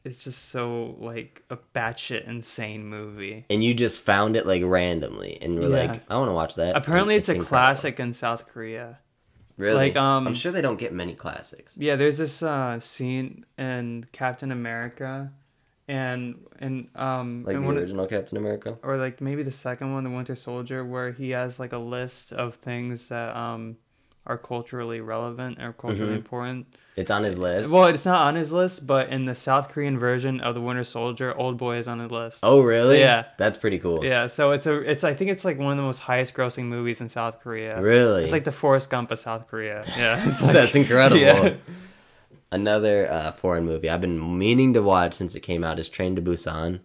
S1: it's just so like a batshit insane movie.
S2: And you just found it like randomly, and were
S1: Yeah.
S2: like, I want to watch that.
S1: Apparently
S2: And
S1: it's, a
S2: incredible.
S1: classic in South Korea.
S2: Really?
S1: Like, um,
S2: I'm sure they don't get many classics.
S1: Yeah, there's this uh scene in Captain America and and um
S2: Like
S1: in
S2: the
S1: one of-
S2: original Captain America.
S1: or like maybe the second one, the Winter Soldier, where he has like a list of things that um are culturally relevant or culturally
S2: Mhm.
S1: important.
S2: It's on his list.
S1: Well, it's not on his list, but in the South Korean version of the Winter Soldier, Old Boy is on his list.
S2: oh, really?
S1: Yeah.
S2: That's pretty cool.
S1: Yeah, so it's a it's I think it's like one of the most highest grossing movies in South Korea.
S2: Really?
S1: It's like the Forrest Gump of South Korea. Yeah, it's like,
S2: That's incredible.
S1: Yeah.
S2: Another uh, foreign movie I've been meaning to watch since it came out is Train to Busan.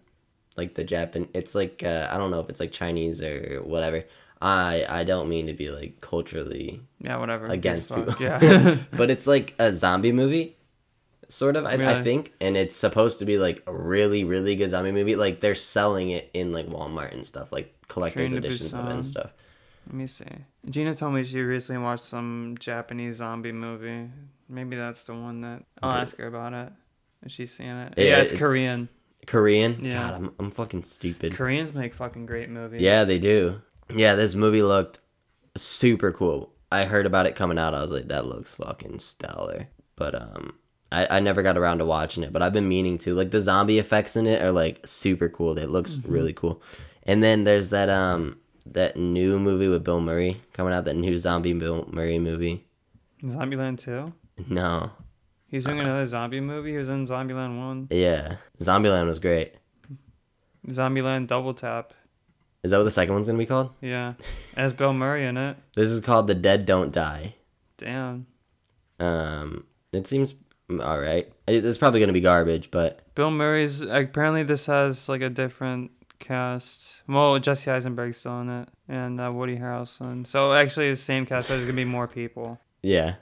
S2: Like the Japan, it's like uh, I don't know if it's like Chinese or whatever. I I don't mean to be like culturally
S1: yeah, whatever.
S2: against
S1: Fuck,
S2: people.
S1: Yeah.
S2: but it's like a zombie movie, sort of. I, I
S1: Really?
S2: think, and it's supposed to be like a really, really good zombie movie. Like they're selling it in like Walmart and stuff, like collector's
S1: Train to
S2: editions of it
S1: Busan.
S2: and stuff.
S1: Let me see. Gina told me she recently watched some Japanese zombie movie. Maybe that's the one that I'll
S2: Okay.
S1: ask her about it. If she's seen it.
S2: Yeah,
S1: Yeah, it's,
S2: it's-
S1: Korean.
S2: Korean.
S1: Yeah.
S2: God, I'm I'm fucking stupid.
S1: Koreans make fucking great movies.
S2: Yeah, they do. Yeah, this movie looked super cool. I heard about it coming out. I was like, that looks fucking stellar. But um, I, I never got around to watching it, but I've been meaning to. Like the zombie effects in it are like super cool. It looks really cool. And then there's that um that new movie with Bill Murray coming out. That new zombie Bill Murray movie.
S1: Zombieland 2.
S2: No,
S1: He's doing
S2: Uh-huh.
S1: another zombie movie. He was in Zombieland 1.
S2: yeah, Zombieland was great.
S1: Zombieland Double Tap.
S2: Is that what the second one's gonna be called?
S1: Yeah. As Bill Murray in it.
S2: This is called The Dead Don't Die.
S1: Damn.
S2: Um, it seems mm, all right. It- It's probably gonna be garbage, but
S1: Bill Murray's apparently this has like a different cast. Well, Jesse Eisenberg's still in it, and uh, Woody Harrelson. So actually, the same cast. but There's gonna be more people.
S2: yeah.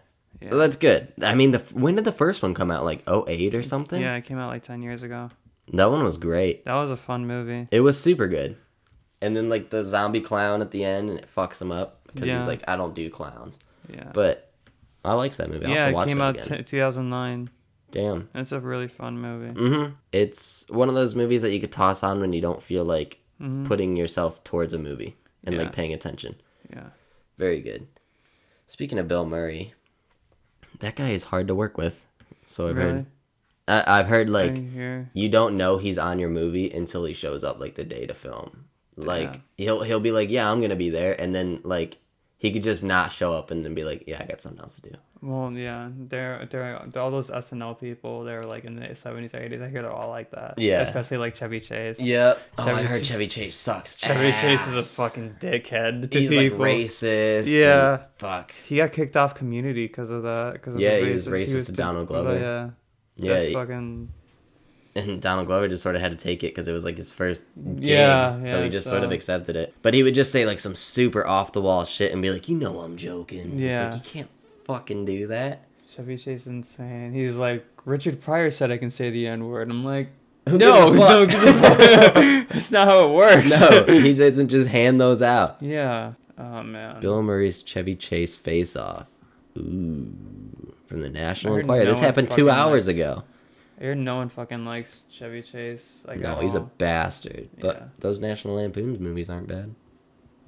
S1: Yeah.
S2: Well, that's good. I mean, the when did the first one come out? Like 08 or something?
S1: Yeah, it came out like ten years ago.
S2: That one was great.
S1: That was a fun movie.
S2: It was super good. And then like the zombie clown at the end and it fucks him up because
S1: Yeah.
S2: he's like, I don't do clowns.
S1: Yeah.
S2: But I liked that movie. I'll have
S1: yeah,
S2: to
S1: it
S2: watch
S1: came
S2: that
S1: out
S2: again.
S1: t- 2009.
S2: Damn.
S1: It's a really fun movie.
S2: Mm-hmm. It's one of those movies that you could toss on when you don't feel like putting yourself towards a movie
S1: Mm-hmm.
S2: and
S1: Yeah.
S2: like paying attention.
S1: Yeah.
S2: Very good. Speaking of Bill Murray, that guy is hard to work with. So I've
S1: Really?
S2: heard. I, I've heard like
S1: I hear.
S2: you don't know he's on your movie until he shows up like the day to film. Like
S1: Yeah.
S2: he'll he'll be like, yeah, I'm gonna be there, and then like he could just not show up and then be like, yeah, I got something else to do.
S1: Well, yeah, they're they're all those SNL people. They're like in the 70s or 80s. I hear they're all like that.
S2: Yeah.
S1: Especially like Chevy Chase.
S2: Yep. Oh, I
S1: Chevy
S2: heard Chevy Chase sucks.
S1: Chevy Chase is a
S2: ass.
S1: fucking dickhead to
S2: He's
S1: people.
S2: like racist. and
S1: Yeah.
S2: fuck.
S1: He got kicked off Community because of that. Because of
S2: Yeah,
S1: his
S2: he was racist to
S1: di-
S2: Donald
S1: although,
S2: Glover.
S1: Yeah,
S2: Yeah.
S1: that's
S2: he-
S1: fucking.
S2: and Donald Glover just sort of had to take it because it was like his first gig,
S1: Yeah,
S2: so
S1: yeah,
S2: he just sort of
S1: so-
S2: accepted it. But he would just say like some super off the wall shit and be like, "You know I'm joking."
S1: Yeah.
S2: it's like, you can't fucking do that.
S1: Chevy Chase is insane. He's like Richard Pryor said I can say the N word. I'm like,
S2: Who
S1: no,
S2: gives a
S1: no,
S2: fuck?"
S1: give a fuck. that's not how it works.
S2: No, he doesn't just hand those out.
S1: Yeah. Oh man.
S2: Bill Murray's Chevy Chase face off. Ooh, from the National
S1: I heard
S2: Enquirer.
S1: no
S2: this
S1: one
S2: happened
S1: fucking
S2: two hours
S1: likes-
S2: ago.
S1: I hear no one fucking likes Chevy Chase. Like,
S2: no,
S1: at
S2: he's a
S1: all.
S2: bastard. But
S1: Yeah.
S2: those National Lampoon's movies aren't bad.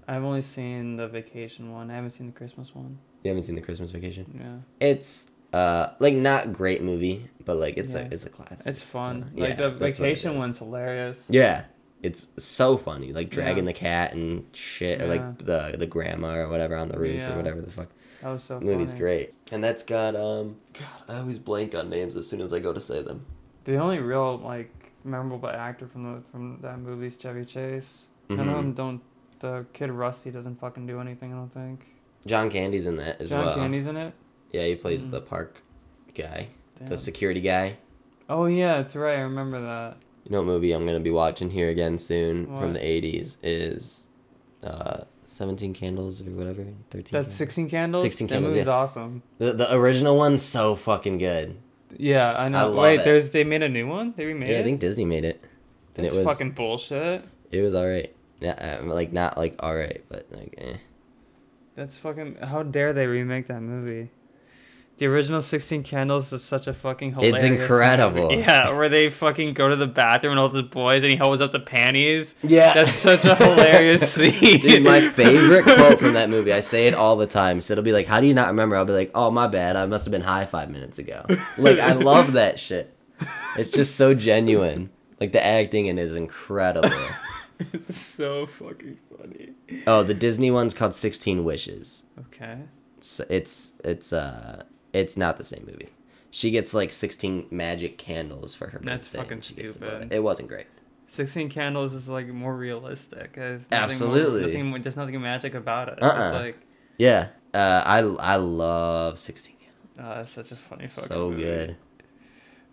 S1: I've only seen the Vacation one. I haven't seen the Christmas one.
S2: You haven't seen The Christmas Vacation?
S1: Yeah.
S2: It's uh like not great movie, but like it's
S1: Yeah.
S2: a it's a classic.
S1: It's fun.
S2: so,
S1: like
S2: yeah,
S1: the
S2: that's what it
S1: Vacation
S2: is.
S1: one's hilarious.
S2: Yeah, it's so funny. Like dragging
S1: Yeah.
S2: the cat and shit, or
S1: Yeah.
S2: like the the grandma or whatever on the roof
S1: Yeah.
S2: or whatever the fuck.
S1: That was so.
S2: The movie's
S1: funny.
S2: great, and that's got um. God, I always blank on names as soon as I go to say them.
S1: The only real like memorable actor from the from that movie is Chevy Chase. None of
S2: Mhm.
S1: them don't. The kid Rusty doesn't fucking do anything. I don't think.
S2: John Candy's in that as
S1: John
S2: well.
S1: Candy's in it.
S2: Yeah, he plays
S1: Mm.
S2: the park guy,
S1: Damn.
S2: the security guy.
S1: oh yeah, that's right. I remember that.
S2: You know, what movie I'm gonna be watching here again soon from
S1: What?
S2: the '80s is, uh, Seventeen Candles or whatever. Thirteen.
S1: That's
S2: Candles.
S1: Sixteen Candles.
S2: 16
S1: that
S2: Candles,
S1: movie's
S2: yeah.
S1: awesome.
S2: The, the original one's so fucking good.
S1: Yeah, I know.
S2: I love
S1: Wait,
S2: it.
S1: there's they made a new one. They remade
S2: yeah,
S1: it.
S2: I think Disney made it. and
S1: that's
S2: it was-
S1: fucking bullshit.
S2: It was alright. Yeah, um, like not like alright, but like eh.
S1: That's fucking. How dare they remake that movie? The original Sixteen Candles is such a fucking hilarious.
S2: It's incredible.
S1: movie. Yeah, where they fucking go to the bathroom and all those boys and he holds up the panties.
S2: Yeah,
S1: That's such a hilarious scene.
S2: Dude, my favorite quote from that movie. I say it all the time. So it'll be like, "How do you not remember?" I'll be like, "Oh, my bad. I must have been high five minutes ago." Like I love that shit. It's just so genuine. Like the acting in it is incredible.
S1: It's so fucking funny.
S2: Oh, the Disney one's called Sixteen Wishes.
S1: Okay.
S2: s- it's it's uh it's not the same movie. She gets like sixteen magic candles for her
S1: That's
S2: birthday. and
S1: fucking
S2: she gets to
S1: stupid.
S2: blow it. It wasn't great.
S1: 16 candles is like more realistic. There's nothing
S2: Absolutely.
S1: More, nothing, more- there's nothing magic about it.
S2: Uh-uh.
S1: It's like,
S2: Yeah, uh, I I love sixteen candles.
S1: oh, that's such a funny fucking
S2: So
S1: movie.
S2: good.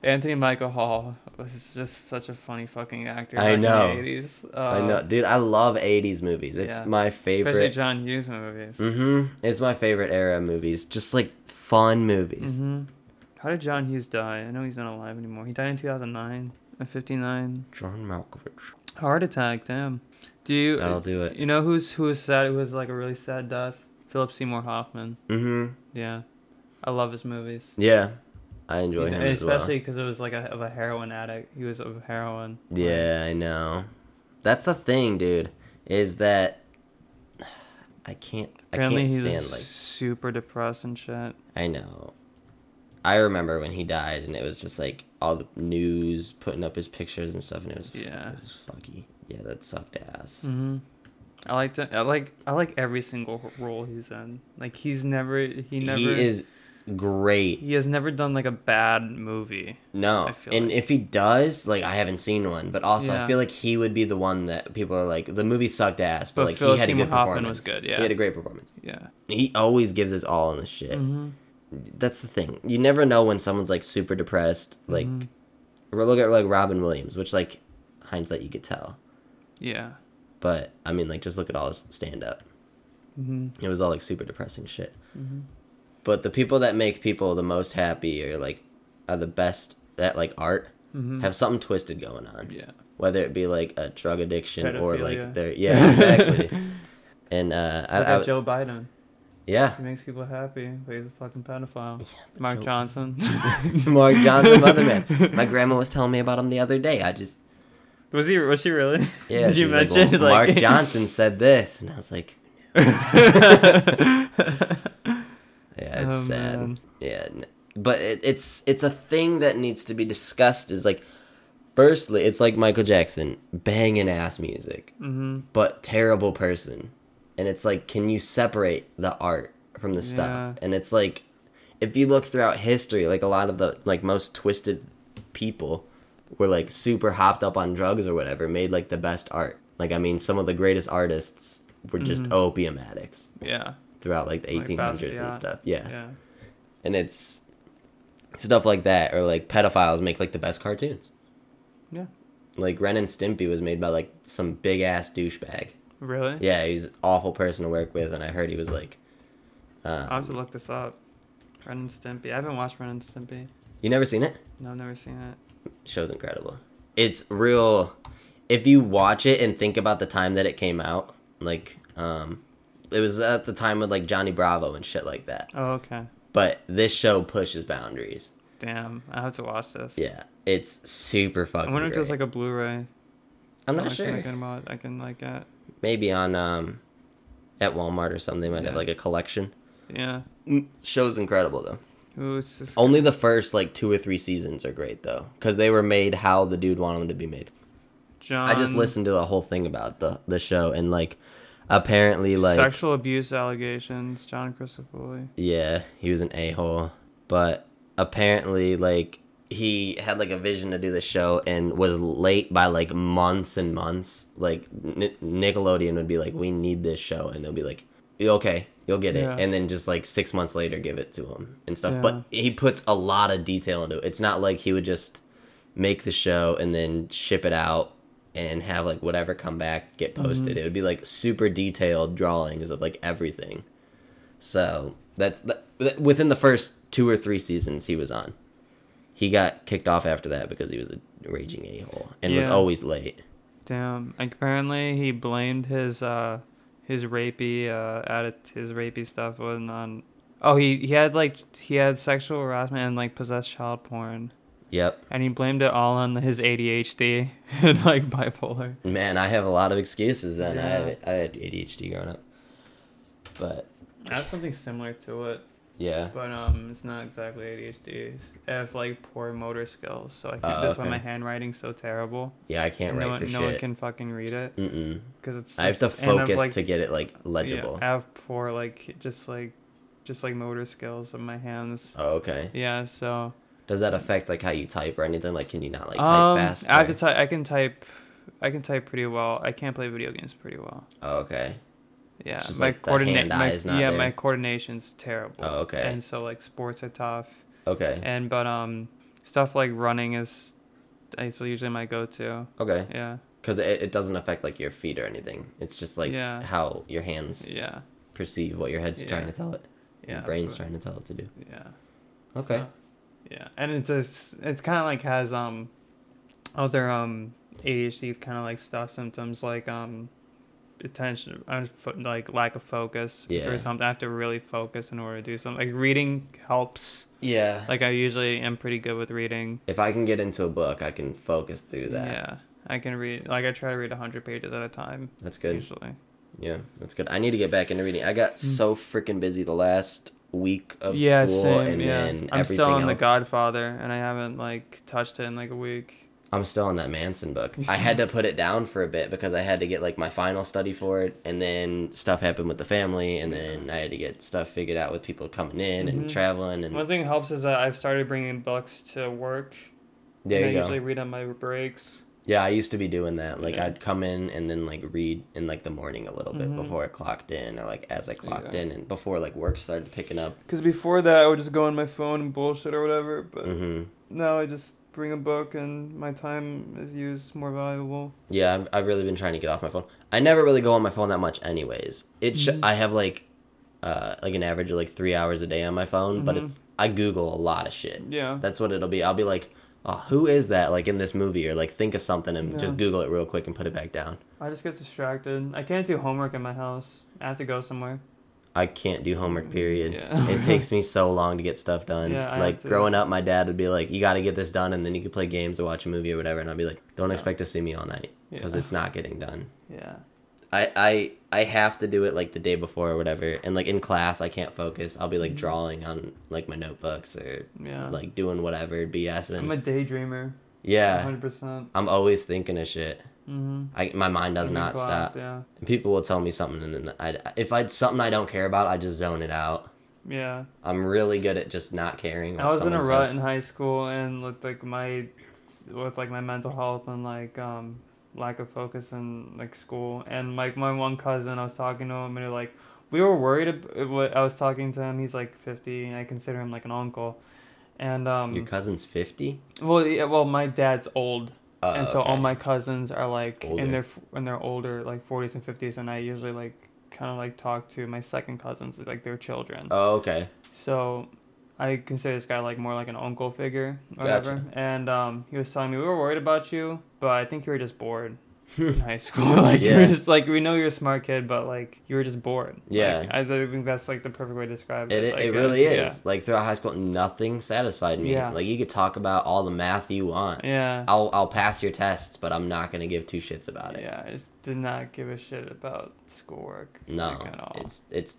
S1: Anthony Michael Hall was just such a funny fucking actor.
S2: I
S1: back in the
S2: know.
S1: 80s. Uh,
S2: I know, dude. I love '80s movies. It's
S1: yeah.
S2: my
S1: Especially
S2: favorite.
S1: John Hughes movies.
S2: hmm It's my favorite era of movies. Just like fun movies.
S1: hmm How did John Hughes die? I know he's not alive anymore. He died in 2009 at 59.
S2: John Malkovich.
S1: Heart attack, damn. Do you
S2: That'll do it.
S1: You know who's who was sad? Who was like a really sad death? Philip Seymour Hoffman.
S2: Mm-hmm.
S1: Yeah, I love his movies.
S2: Yeah, I enjoy him
S1: And
S2: as well.
S1: especially because it was like a, of a heroin addict. He was of heroin.
S2: Yeah, I know. That's the thing, dude. Is that I can't.
S1: Apparently
S2: I
S1: he
S2: can't stand
S1: was
S2: like
S1: super depressed and shit.
S2: I know. I remember when he died, and it was just like all the news putting up his pictures and stuff, and it was
S1: Yeah.
S2: it was fucky. Yeah, that sucked ass.
S1: hmm I like to, I like I like every single role he's in. Like he's never he never
S2: He is great.
S1: he has never done like a bad movie.
S2: No,
S1: I feel
S2: and
S1: like-
S2: if he does, like I haven't seen one, but also I
S1: Yeah.
S2: feel like he would be the one that people are like, the movie sucked ass, but,
S1: But
S2: like
S1: Philip
S2: he had a
S1: Seymour
S2: good
S1: Hoffman
S2: performance.
S1: was good, yeah.
S2: he had a great performance.
S1: Yeah.
S2: He always gives his all in the shit.
S1: hmm
S2: that's the thing. You never know when someone's like super depressed. Like,
S1: Mhm.
S2: or look at like Robin Williams, which like hindsight you could tell,
S1: Yeah.
S2: but I mean like just look at all his stand up.
S1: hmm
S2: It was all like super depressing shit.
S1: Mm-hmm.
S2: But the people that make people the most happy or like are the best at like art
S1: Mhm.
S2: have something twisted going on.
S1: Yeah.
S2: Whether it be like a drug addiction or
S1: Pedophilia.
S2: like their yeah exactly. and uh, I,
S1: Look at
S2: I,
S1: Joe Biden.
S2: yeah,
S1: He makes people happy, but he's a fucking pedophile.
S2: but
S1: Mark
S2: Joe-
S1: Johnson.
S2: Mark Johnson, Motherman. My grandma was telling me about him the other day. I just
S1: was he? Was she really?
S2: Yeah,
S1: Did
S2: she
S1: you
S2: was like,
S1: mention
S2: "Well,
S1: like,
S2: Mark Johnson said this, and I was like, yeah, it's
S1: Oh,
S2: sad.
S1: man.
S2: Yeah, n- but it, it's it's a thing that needs to be discussed. Is like, firstly, it's like Michael Jackson, banging ass music,
S1: hmm
S2: but terrible person, and it's like, can you separate the art from the stuff?
S1: Yeah.
S2: And it's like, if you look throughout history, like a lot of the like most twisted people were like super hopped up on drugs or whatever, made like the best art. Like I mean, some of the greatest artists were just opium addicts
S1: Yeah.
S2: throughout Mm-hmm. like the
S1: Like
S2: 1800s
S1: Basquiat.
S2: and stuff. Yeah.
S1: Yeah.
S2: And it's stuff like that or like pedophiles make like the best cartoons.
S1: Yeah.
S2: Like Ren and Stimpy was made by like some big ass douchebag.
S1: Really?
S2: Yeah, he's an awful person to work with and I heard he was like
S1: I'll
S2: uh,
S1: have to look this up. Ren and Stimpy. I haven't watched Ren and Stimpy.
S2: you never seen it?
S1: No, I've never seen it.
S2: show's incredible. It's real. If you watch it and think about the time that it came out, like um, it was at the time with like Johnny Bravo and shit like that.
S1: Oh, okay.
S2: But this show pushes boundaries.
S1: Damn. I have to watch this.
S2: Yeah, it's super
S1: I
S2: fucking.
S1: wonder if there's
S2: great.
S1: like a Blu-ray.
S2: I'm not
S1: Like,
S2: sure.
S1: I can, watch, I can like uh
S2: Maybe on um, at Walmart or something. They might have
S1: Yeah.
S2: like a collection.
S1: Yeah.
S2: Mm, Show's incredible though.
S1: Who's this?
S2: Only the first like two or three seasons are great though, because they were made how the dude wanted them to be made.
S1: John.
S2: I just listened to a whole thing about the the show and like apparently like
S1: Sexual abuse allegations. John Christopherly.
S2: yeah, he was an a-hole, but apparently like he had like a vision to do the show and was late by like months and months. Like N- Nickelodeon would be like we need this show and they'll be like okay, you'll get it.
S1: Yeah.
S2: And then just like 6 months later give it to him and stuff.
S1: Yeah.
S2: But he puts a lot of detail into it. It's not like he would just make the show and then ship it out and have like whatever come back get posted.
S1: Mm-hmm.
S2: It would be like super detailed drawings of like everything. So that's that, that- within the first two or three seasons he was on. He got kicked off after that because he was a raging a hole and was
S1: Yeah.
S2: always late.
S1: Damn. Like, apparently, he blamed his uh his rapey uh atti- his rapey stuff wasn't on. Oh, he he had like he had sexual harassment and like possessed child porn,
S2: Yep.
S1: and he blamed it all on his ADHD and like bipolar.
S2: Man, I have a lot of excuses then. I,
S1: Yeah.
S2: had, I had ADHD growing up. But
S1: I have something similar to it,
S2: yeah.
S1: but um, it's not exactly ADHD. It's- I have like poor motor skills, so I can't,
S2: Oh,
S1: that's why
S2: okay.
S1: my handwriting's so terrible.
S2: Yeah, I can't
S1: no
S2: write
S1: one,
S2: for
S1: no one
S2: shit.
S1: can fucking read it
S2: Mm-mm.
S1: because it's.
S2: I have to
S1: just- and I've,
S2: focus
S1: like,
S2: to get it like
S1: yeah,
S2: legible.
S1: I have poor like just like just like motor skills of my hands.
S2: Oh, okay.
S1: Yeah, so
S2: Does that affect like how you type or anything? Like, can you not like type
S1: um,
S2: fast?
S1: I have
S2: or-
S1: to type. I can type. I can type pretty well. I can't play video games pretty well.
S2: oh, okay.
S1: Yeah,
S2: It's just,
S1: my
S2: like, the
S1: coordinate.
S2: hand
S1: My,
S2: eye is not
S1: yeah,
S2: there.
S1: my coordination's terrible.
S2: Oh, okay.
S1: And so like sports are tough,
S2: Okay.
S1: and but um stuff like running is, it's usually my go-to.
S2: okay.
S1: Yeah,
S2: Because it, it doesn't affect like your feet or anything. It's just like
S1: Yeah.
S2: how your hands
S1: yeah,
S2: perceive what your head's
S1: Yeah.
S2: trying to tell it.
S1: yeah.
S2: your brain's
S1: but-
S2: trying to tell it to do.
S1: Yeah.
S2: Okay.
S1: So, yeah, and it just it's kind of like has um other um ADHD kind of like stuff symptoms like um attention I'm like lack of focus
S2: Yeah.
S1: or something. I have to really focus in order to do something. Like reading helps.
S2: Yeah.
S1: Like I usually am pretty good with reading.
S2: if I can get into a book, I can focus through that.
S1: Yeah, I can read. Like I try to read hundred pages at a time
S2: That's good.
S1: usually.
S2: Yeah, that's good. I need to get back into reading. I got so freaking busy the last week of
S1: Mm. yeah,
S2: school
S1: same.
S2: and
S1: yeah,
S2: then
S1: I'm
S2: everything
S1: still on
S2: else.
S1: The Godfather, and I haven't like touched it in like a week.
S2: I'm still on that Manson book. I had to put it down for a bit because I had to get like my final study for it, and then stuff happened with the family, and then I had to get stuff figured out with people coming in and
S1: Mhm.
S2: traveling, and
S1: One thing that helps is that I've started bringing books to work
S2: there
S1: and
S2: you
S1: I
S2: go.
S1: usually read on my breaks.
S2: Yeah, I used to be doing that. Like
S1: Yeah.
S2: I'd come in and then like read in like the morning a little bit
S1: Mhm.
S2: before I clocked in, or like as I clocked
S1: Yeah.
S2: in, and before like work started picking up.
S1: Because before that, I would just go on my phone and bullshit or whatever. But
S2: hmm
S1: now I just bring a book and my time is used more valuable.
S2: Yeah, I've, I've really been trying to get off my phone. I never really go on my phone that much, anyways. It sh-
S1: Mhm.
S2: I have like, uh, like an average of like three hours a day on my phone, but
S1: Mhm.
S2: it's I Google a lot of shit.
S1: Yeah.
S2: That's what it'll be. I'll be like, oh, who is that? Like in this movie, or like think of something and just
S1: Yeah.
S2: Google it real quick and put it back down.
S1: I just get distracted. I can't do homework in my house. I have to go somewhere.
S2: I can't do homework. Period.
S1: Yeah.
S2: it takes me so long to get stuff done.
S1: Yeah, I have
S2: like
S1: to-
S2: growing up, my dad would be like, "You got to get this done, and then you can play games or watch a movie or whatever." And I'd be like, "Don't
S1: Yeah.
S2: expect to see me all night
S1: Yeah.
S2: because it's not getting done."
S1: yeah.
S2: I, I I have to do it like the day before or whatever, and like in class, I can't focus. I'll be
S1: Mm-hmm.
S2: like drawing on like my notebooks or
S1: Yeah.
S2: like doing whatever BS and
S1: I'm a daydreamer.
S2: yeah,
S1: 100%. percent
S2: I'm always thinking of shit.
S1: hmm
S2: I my mind does not stop.
S1: Yeah.
S2: And people will tell me something, and then I if I something I don't care about, I just zone it out.
S1: Yeah.
S2: I'm really good at just not caring.
S1: I
S2: what
S1: was in a
S2: someone
S1: rut
S2: says.
S1: in high school and with like my with like my mental health and like um lack of focus in like school and like my one cousin I was talking to him and he, like we were worried about what I was talking to him he's like 50 and I consider him like an uncle and
S2: Your
S1: um
S2: cousin's fifty.
S1: well yeah, well my dad's old
S2: Uh,
S1: and so all
S2: okay.
S1: my cousins are like
S2: Older.
S1: in their in their older like 40s and 50s and I usually like kind of like talk to my second cousins like their children
S2: Oh, okay.
S1: so I consider this guy like more like an uncle figure or whatever. And um, he was telling me we were worried about you, but I think you were just bored in high school. Like you
S2: Yeah.
S1: were just like we know you're a smart kid, but like you were just bored.
S2: Yeah.
S1: Like, I th- think that's like the perfect way to describe it.
S2: It,
S1: Like,
S2: it
S1: uh,
S2: really
S1: yeah.
S2: is. Like throughout high school, nothing satisfied me.
S1: Yeah.
S2: Like you could talk about all the math you want.
S1: Yeah.
S2: I'll I'll pass your tests, but I'm not gonna give two shits about it.
S1: Yeah. I just did not give a shit about schoolwork.
S2: No,
S1: like, at all.
S2: it's it's,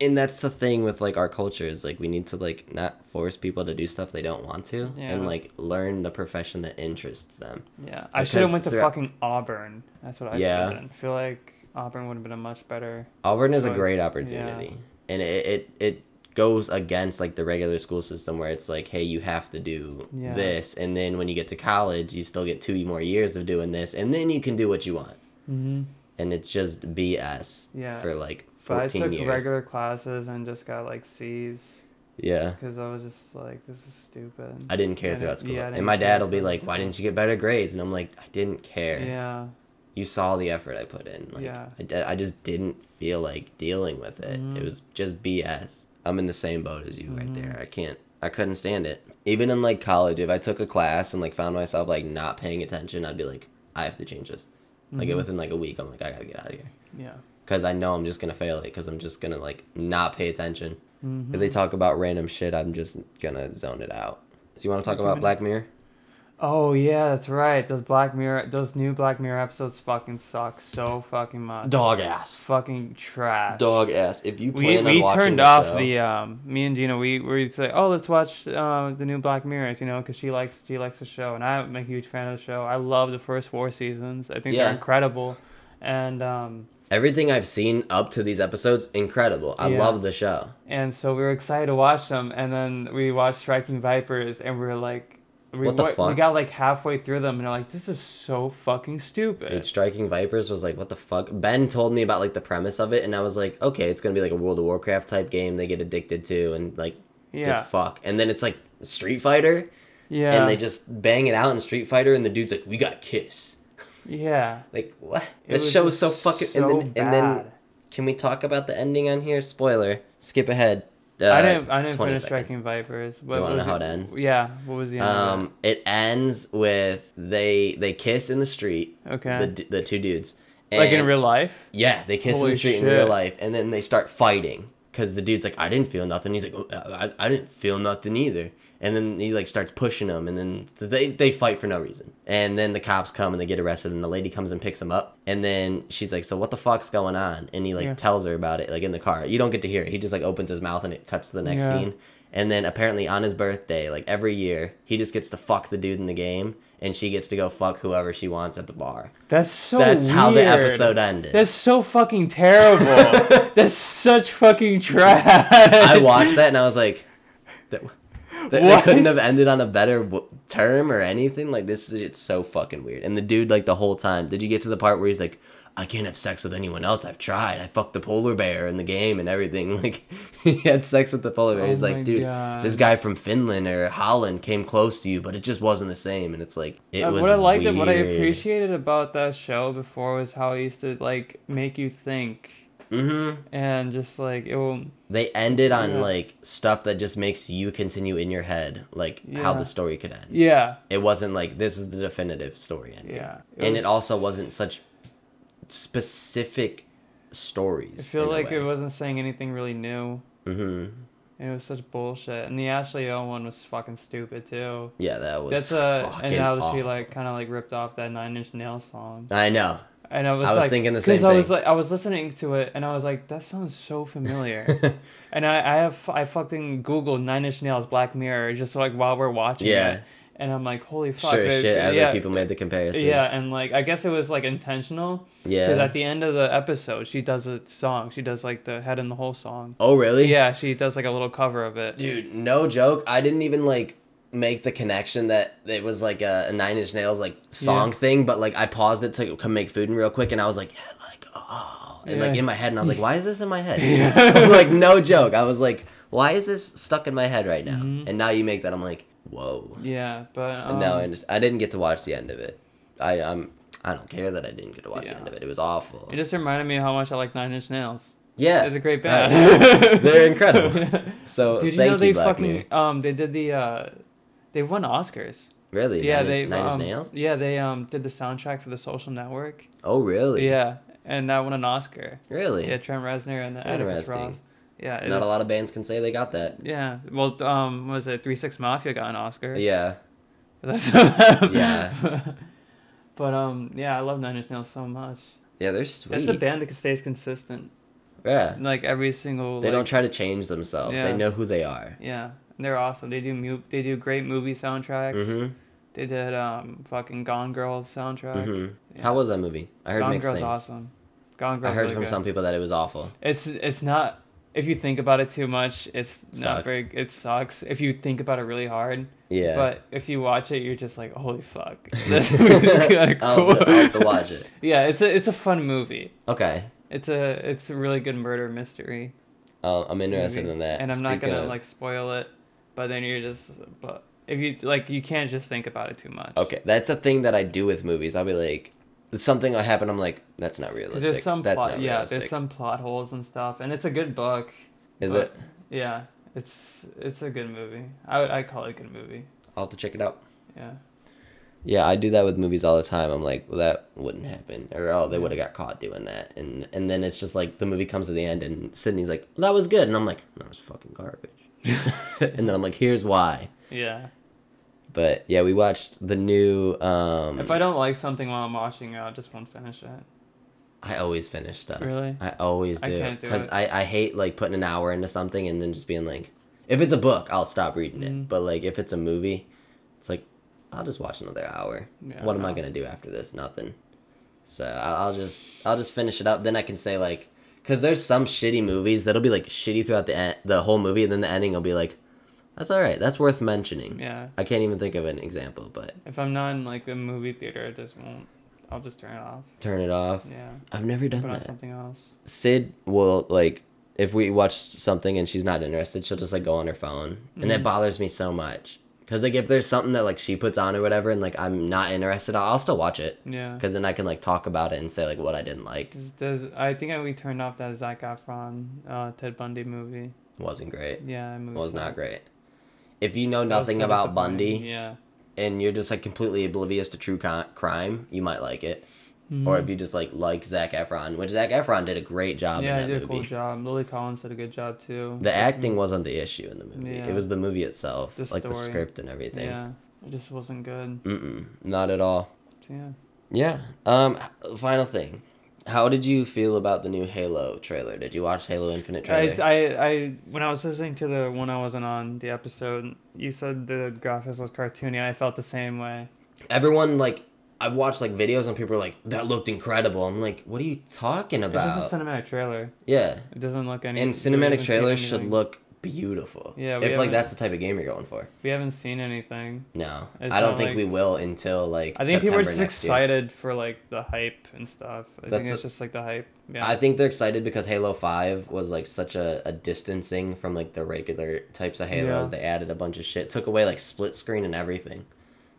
S2: and that's the thing with like our culture is like we need to like not force people to do stuff they don't want to,
S1: Yeah.
S2: and like learn the profession that interests them.
S1: yeah. I should have
S2: because
S1: went to
S2: throughout-
S1: fucking Auburn. That's what I
S2: Yeah.
S1: yeah. I feel like Auburn would have been a much better.
S2: Auburn is a
S1: Choice,
S2: great
S1: yeah.
S2: opportunity, and it, it it goes against like the regular school system where it's like, hey, you have to do
S1: Yeah.
S2: this, and then when you get to college, you still get two more years of doing this, and then you can do what you want,
S1: Mm-hmm.
S2: and it's just BS
S1: Yeah.
S2: for like
S1: But I
S2: fourteen
S1: took
S2: years.
S1: regular classes and just got like C's
S2: yeah.
S1: because I was just like, this is stupid.
S2: I didn't care
S1: And it-
S2: throughout school.
S1: yeah, I
S2: and
S1: didn't
S2: my dad
S1: care
S2: will be
S1: throughout
S2: like, "Why
S1: school.
S2: didn't you get better grades?" And I'm like, "I didn't care.
S1: yeah.
S2: You saw the effort I put in. Like,
S1: Yeah.
S2: I, d- I just didn't feel like dealing with it. It
S1: Mhm.
S2: was just BS. I'm in the same boat as you right
S1: Mhm.
S2: there. I can't. I couldn't stand it. Even in like college, if I took a class and like found myself like not paying attention, I'd be like, "I have to change this." Like
S1: Mhm.
S2: within like a week, I'm like, "I gotta get out of here."
S1: Yeah.
S2: Because I know I'm just gonna fail it. Because I'm just gonna like not pay attention.
S1: Mhm.
S2: If they talk about random shit, I'm just gonna zone it out. So you want to talk
S1: Fifteen
S2: about Black Mirror?
S1: oh yeah, that's right. Those Black Mirror, those new Black Mirror episodes fucking suck so fucking much.
S2: Dog ass.
S1: Fucking trash.
S2: Dog ass. If you
S1: We,
S2: plan on
S1: we
S2: watching
S1: turned
S2: the
S1: off
S2: show-
S1: the um me and Gina we we say oh let's watch uh, the new Black Mirrors you know because she likes she likes the show and I'm a huge fan of the show I love the first four seasons I think
S2: Yeah.
S1: they're incredible and um
S2: everything I've seen up to these episodes, incredible. I
S1: Yeah.
S2: love the show.
S1: and so we were excited to watch them and then we watched striking vipers and we were like we,
S2: What the
S1: wa- we
S2: fuck?
S1: got like halfway through them and we're like this is so fucking stupid
S2: Dude, Striking Vipers was like, what the fuck? Ben told me about like the premise of it, and I was like, okay, it's gonna be like a World of Warcraft type game they get addicted to and like
S1: Yeah.
S2: just fuck. And then it's like Street Fighter,
S1: yeah
S2: and they just bang it out in Street Fighter, and the dude's like, we gotta kiss.
S1: yeah
S2: Like what?
S1: It
S2: This
S1: was
S2: show is so
S1: just
S2: fucking.
S1: so
S2: and then, and then,
S1: bad.
S2: can we talk about the ending on here? Spoiler. Skip ahead. Uh,
S1: I didn't. I didn't
S2: 20
S1: finish
S2: seconds.
S1: striking vipers. But
S2: You wanna
S1: what was
S2: know how it
S1: the-
S2: ends?
S1: Yeah. What was the end? of
S2: Um, it ends with they they kiss in the street.
S1: Okay.
S2: The d- the two dudes.
S1: it? like in
S2: and-
S1: real life.
S2: Yeah, they kiss in
S1: Holy
S2: the street in real
S1: shit.
S2: life, and then they start fighting because the dude's like, "I didn't feel nothing." He's like, "Oh, I, I- "I didn't feel nothing either." And then he like starts pushing him, and then they they fight for no reason. And then the cops come and they get arrested, and the lady comes and picks him up. And then she's like, "So what the fuck's going on?" And he like
S1: Yeah.
S2: tells her about it, like in the car. You don't get to hear it. He just like opens his mouth, and it cuts to the next
S1: Yeah.
S2: scene. And then apparently on his birthday, like every year, he just gets to fuck the dude in the game, and she gets to go fuck whoever she wants at the bar.
S1: That's so.
S2: That's how the
S1: weird.
S2: episode ended.
S1: That's so fucking terrible. That's such fucking trash.
S2: I watched that and I was like, that, that they
S1: What?
S2: couldn't have ended on a better w- term or anything. Like this is it's so fucking weird. And the dude, like the whole time, did you get to the part where he's like, I can't have sex with anyone else. I've tried. I fucked the polar bear in the game and everything. Like he had sex with the polar bear.
S1: Oh
S2: he's
S1: my
S2: like, dude,
S1: God.
S2: this guy from Finland or Holland came close to you, but it just wasn't the same. And it's like it
S1: Uh,
S2: was.
S1: what I liked
S2: weird.
S1: and what I appreciated about that show before was how it used to like make you think
S2: hmm
S1: and just like it will.
S2: They ended on
S1: Yeah.
S2: like stuff that just makes you continue in your head, like how
S1: Yeah.
S2: the story could end.
S1: Yeah.
S2: it wasn't like this is the definitive story ending.
S1: Yeah.
S2: and
S1: was-
S2: it also wasn't such specific stories.
S1: I feel like it wasn't saying anything really new.
S2: hmm
S1: It was such bullshit. And the Ashley O one was fucking stupid too.
S2: Yeah, that was.
S1: That's a
S2: fucking
S1: and how she
S2: awful.
S1: like kind of like ripped off that Nine Inch Nail song.
S2: I know.
S1: And I was,
S2: I was
S1: like,
S2: thinking the
S1: 'cause
S2: same
S1: I was
S2: thing.
S1: like, I was listening to it, and I was like, that sounds so familiar. and I, I have, I fucking Googled Nine Inch Nails Black Mirror just like while we're watching.
S2: Yeah.
S1: It. And I'm like, holy fuck.
S2: Sure,
S1: it-
S2: as shit. Other
S1: yeah,
S2: people made the comparison.
S1: yeah, and like I guess it was like intentional because
S2: Yeah.
S1: at the end of the episode she does a song. She does like the head in the whole song.
S2: oh really?
S1: Yeah, she does like a little cover of it.
S2: Dude, no joke. I didn't even like make the connection that it was like a, a Nine Inch Nails like song
S1: Yeah.
S2: thing, but like I paused it to come make food and real quick, and I was like, yeah, like oh, and like
S1: Yeah.
S2: in my head, and I was like, why is this in my head? I'm like no joke. I was like, why is this stuck in my head right now? And now you make that, I'm like, whoa.
S1: Yeah, but Mm-hmm. um,
S2: And now I understand. I didn't get to watch the end of it. I I'm I don't care that I didn't get to watch the
S1: Yeah.
S2: end of it. It was awful.
S1: it just reminded me how much I like Nine Inch Nails.
S2: yeah,
S1: It's a great
S2: Right.
S1: band.
S2: They're incredible. So
S1: Did you
S2: Oh, thank
S1: know they
S2: you, Black
S1: fucking
S2: Mirror.
S1: um they did the uh they won Oscars.
S2: Really?
S1: Yeah,
S2: Nine
S1: they
S2: Inch, Nine Inch
S1: um,
S2: Nails.
S1: Yeah, they um did the soundtrack for The Social Network.
S2: Oh really?
S1: Yeah, and that won an Oscar.
S2: Really?
S1: Yeah, Trent Reznor and Atticus
S2: Interesting.
S1: Ross. Yeah,
S2: Not a
S1: it's-
S2: lot of bands can say they got that.
S1: Yeah, well, um, was it Three Six Mafia got an Oscar?
S2: Yeah.
S1: That's
S2: Yeah.
S1: but um, yeah, I love Nine Inch Nails so much.
S2: Yeah, they're sweet.
S1: That's a band that stays consistent.
S2: yeah.
S1: Like every single.
S2: They
S1: like,
S2: don't try to change themselves. They
S1: Yeah.
S2: know who they are.
S1: Yeah, they're awesome. They do mu- they do great movie soundtracks.
S2: hmm
S1: They did um fucking Gone Girl soundtrack.
S2: hmm
S1: Yeah.
S2: How was that movie? I heard
S1: Gone
S2: mixed
S1: Girl's
S2: things.
S1: awesome. Gone Girl.
S2: I heard
S1: really
S2: from
S1: good.
S2: some people that it was awful.
S1: It's it's not if you think about it too much, it's
S2: Sucks.
S1: not very. It sucks if you think about it really hard.
S2: Yeah.
S1: But if you watch it, you're just like, holy fuck, this movie's kinda
S2: I'll, have to, I'll have to
S1: cool.
S2: watch it.
S1: yeah, it's a it's a fun movie.
S2: Okay.
S1: It's a it's a really good murder mystery.
S2: Uh, I'm interested
S1: movie.
S2: in that.
S1: And I'm not
S2: Speaking
S1: gonna
S2: of-
S1: like spoil it, but then you're just but if you like you can't just think about it too much.
S2: Okay, that's a thing that I do with movies. I'll be like, something will happen. I'm like, that's not
S1: 'Cause
S2: realistic.
S1: there's some
S2: that's
S1: plot
S2: not
S1: yeah,
S2: realistic.
S1: there's some plot holes and stuff, and it's a good book.
S2: Is
S1: but-
S2: it?
S1: Yeah, it's it's a good movie. I would I call it a good movie.
S2: I'll have to check it out.
S1: Yeah.
S2: Yeah, I do that with movies all the time. I'm like, well, that wouldn't happen, or oh, they would have got caught doing that, and and then it's just like the movie comes to the end, and Sydney's like, that was good, and I'm like, that was fucking garbage, and then I'm like, here's why.
S1: Yeah.
S2: But yeah, we watched the new. um
S1: If I don't like something while I'm watching it, I just won't finish it.
S2: I always finish stuff.
S1: Really?
S2: I always
S1: I
S2: do
S1: can't do
S2: because
S1: it.
S2: I, I, hate like putting an hour into something and then just being like, if it's a book, I'll stop reading it.
S1: Mm.
S2: But like if it's a movie, it's like I'll just watch another hour.
S1: Yeah,
S2: what am I
S1: no.
S2: gonna do after this? Nothing. So I'll, I'll just I'll just finish it up. Then I can say like, because there's some shitty movies that'll be like shitty throughout the en- the whole movie, and then the ending will be like, that's all right. That's worth mentioning.
S1: Yeah.
S2: I can't even think of an example, but
S1: If I'm not in like a movie theater, I just won't. I'll just turn it off.
S2: turn it off.
S1: Yeah.
S2: I've never done
S1: Put on
S2: that.
S1: something else.
S2: Sid will like if we watch something and she's not interested, she'll just like go on her phone, and
S1: Mm.
S2: that bothers me so much. Cause like if there's something that like she puts on or whatever, and like I'm not interested, I'll, I'll still watch it.
S1: Yeah.
S2: Cause then I can like talk about it and say like what I didn't like.
S1: Does, does I think I, we turned off that Zac Efron uh, Ted Bundy movie?
S2: Wasn't great.
S1: Yeah, that movie
S2: Was not
S1: sucked.
S2: great. If you know
S1: That was
S2: nothing
S1: so
S2: about Bundy
S1: disappointing. Yeah.
S2: and you're just like completely oblivious to true con- crime, you might like it.
S1: Hmm. Mm-hmm.
S2: Or if you just like like Zach Efron, which Zach Efron did a great job
S1: Yeah,
S2: in
S1: he
S2: that
S1: did
S2: movie.
S1: a cool job. Lily Collins did a good job too.
S2: The acting wasn't the issue in the movie.
S1: Yeah.
S2: It was the movie itself,
S1: The
S2: like the
S1: story.
S2: script and everything.
S1: Yeah, it just wasn't good.
S2: Mm-mm, not at all.
S1: So, yeah.
S2: Yeah. Um. h- Final thing. How did you feel about the new Halo trailer? Did you watch Halo
S1: I,
S2: Infinite trailer?
S1: I, I, when I was listening to the one I wasn't on the episode, you said the graphics was cartoony. I felt the same way.
S2: Everyone like I've watched like videos and people are like that looked incredible. I'm like, what are you talking
S1: It's
S2: about?
S1: just a cinematic trailer.
S2: yeah.
S1: It doesn't look any.
S2: And
S1: we haven't
S2: cinematic
S1: seen
S2: trailers should
S1: anything.
S2: look beautiful.
S1: Yeah, we
S2: If like
S1: haven't-
S2: that's the type of game you're going for.
S1: We haven't seen anything.
S2: No,
S1: It's
S2: I don't
S1: not
S2: think
S1: like-
S2: we will until like.
S1: I think people are
S2: September
S1: just
S2: next year.
S1: excited for like the hype and stuff. I
S2: That's
S1: think it's
S2: the-
S1: just like the hype. Yeah.
S2: I think they're excited because Halo Five was like such a, a distancing from like the regular types of Halos.
S1: Yeah.
S2: They added a bunch of shit, took away like split screen and everything.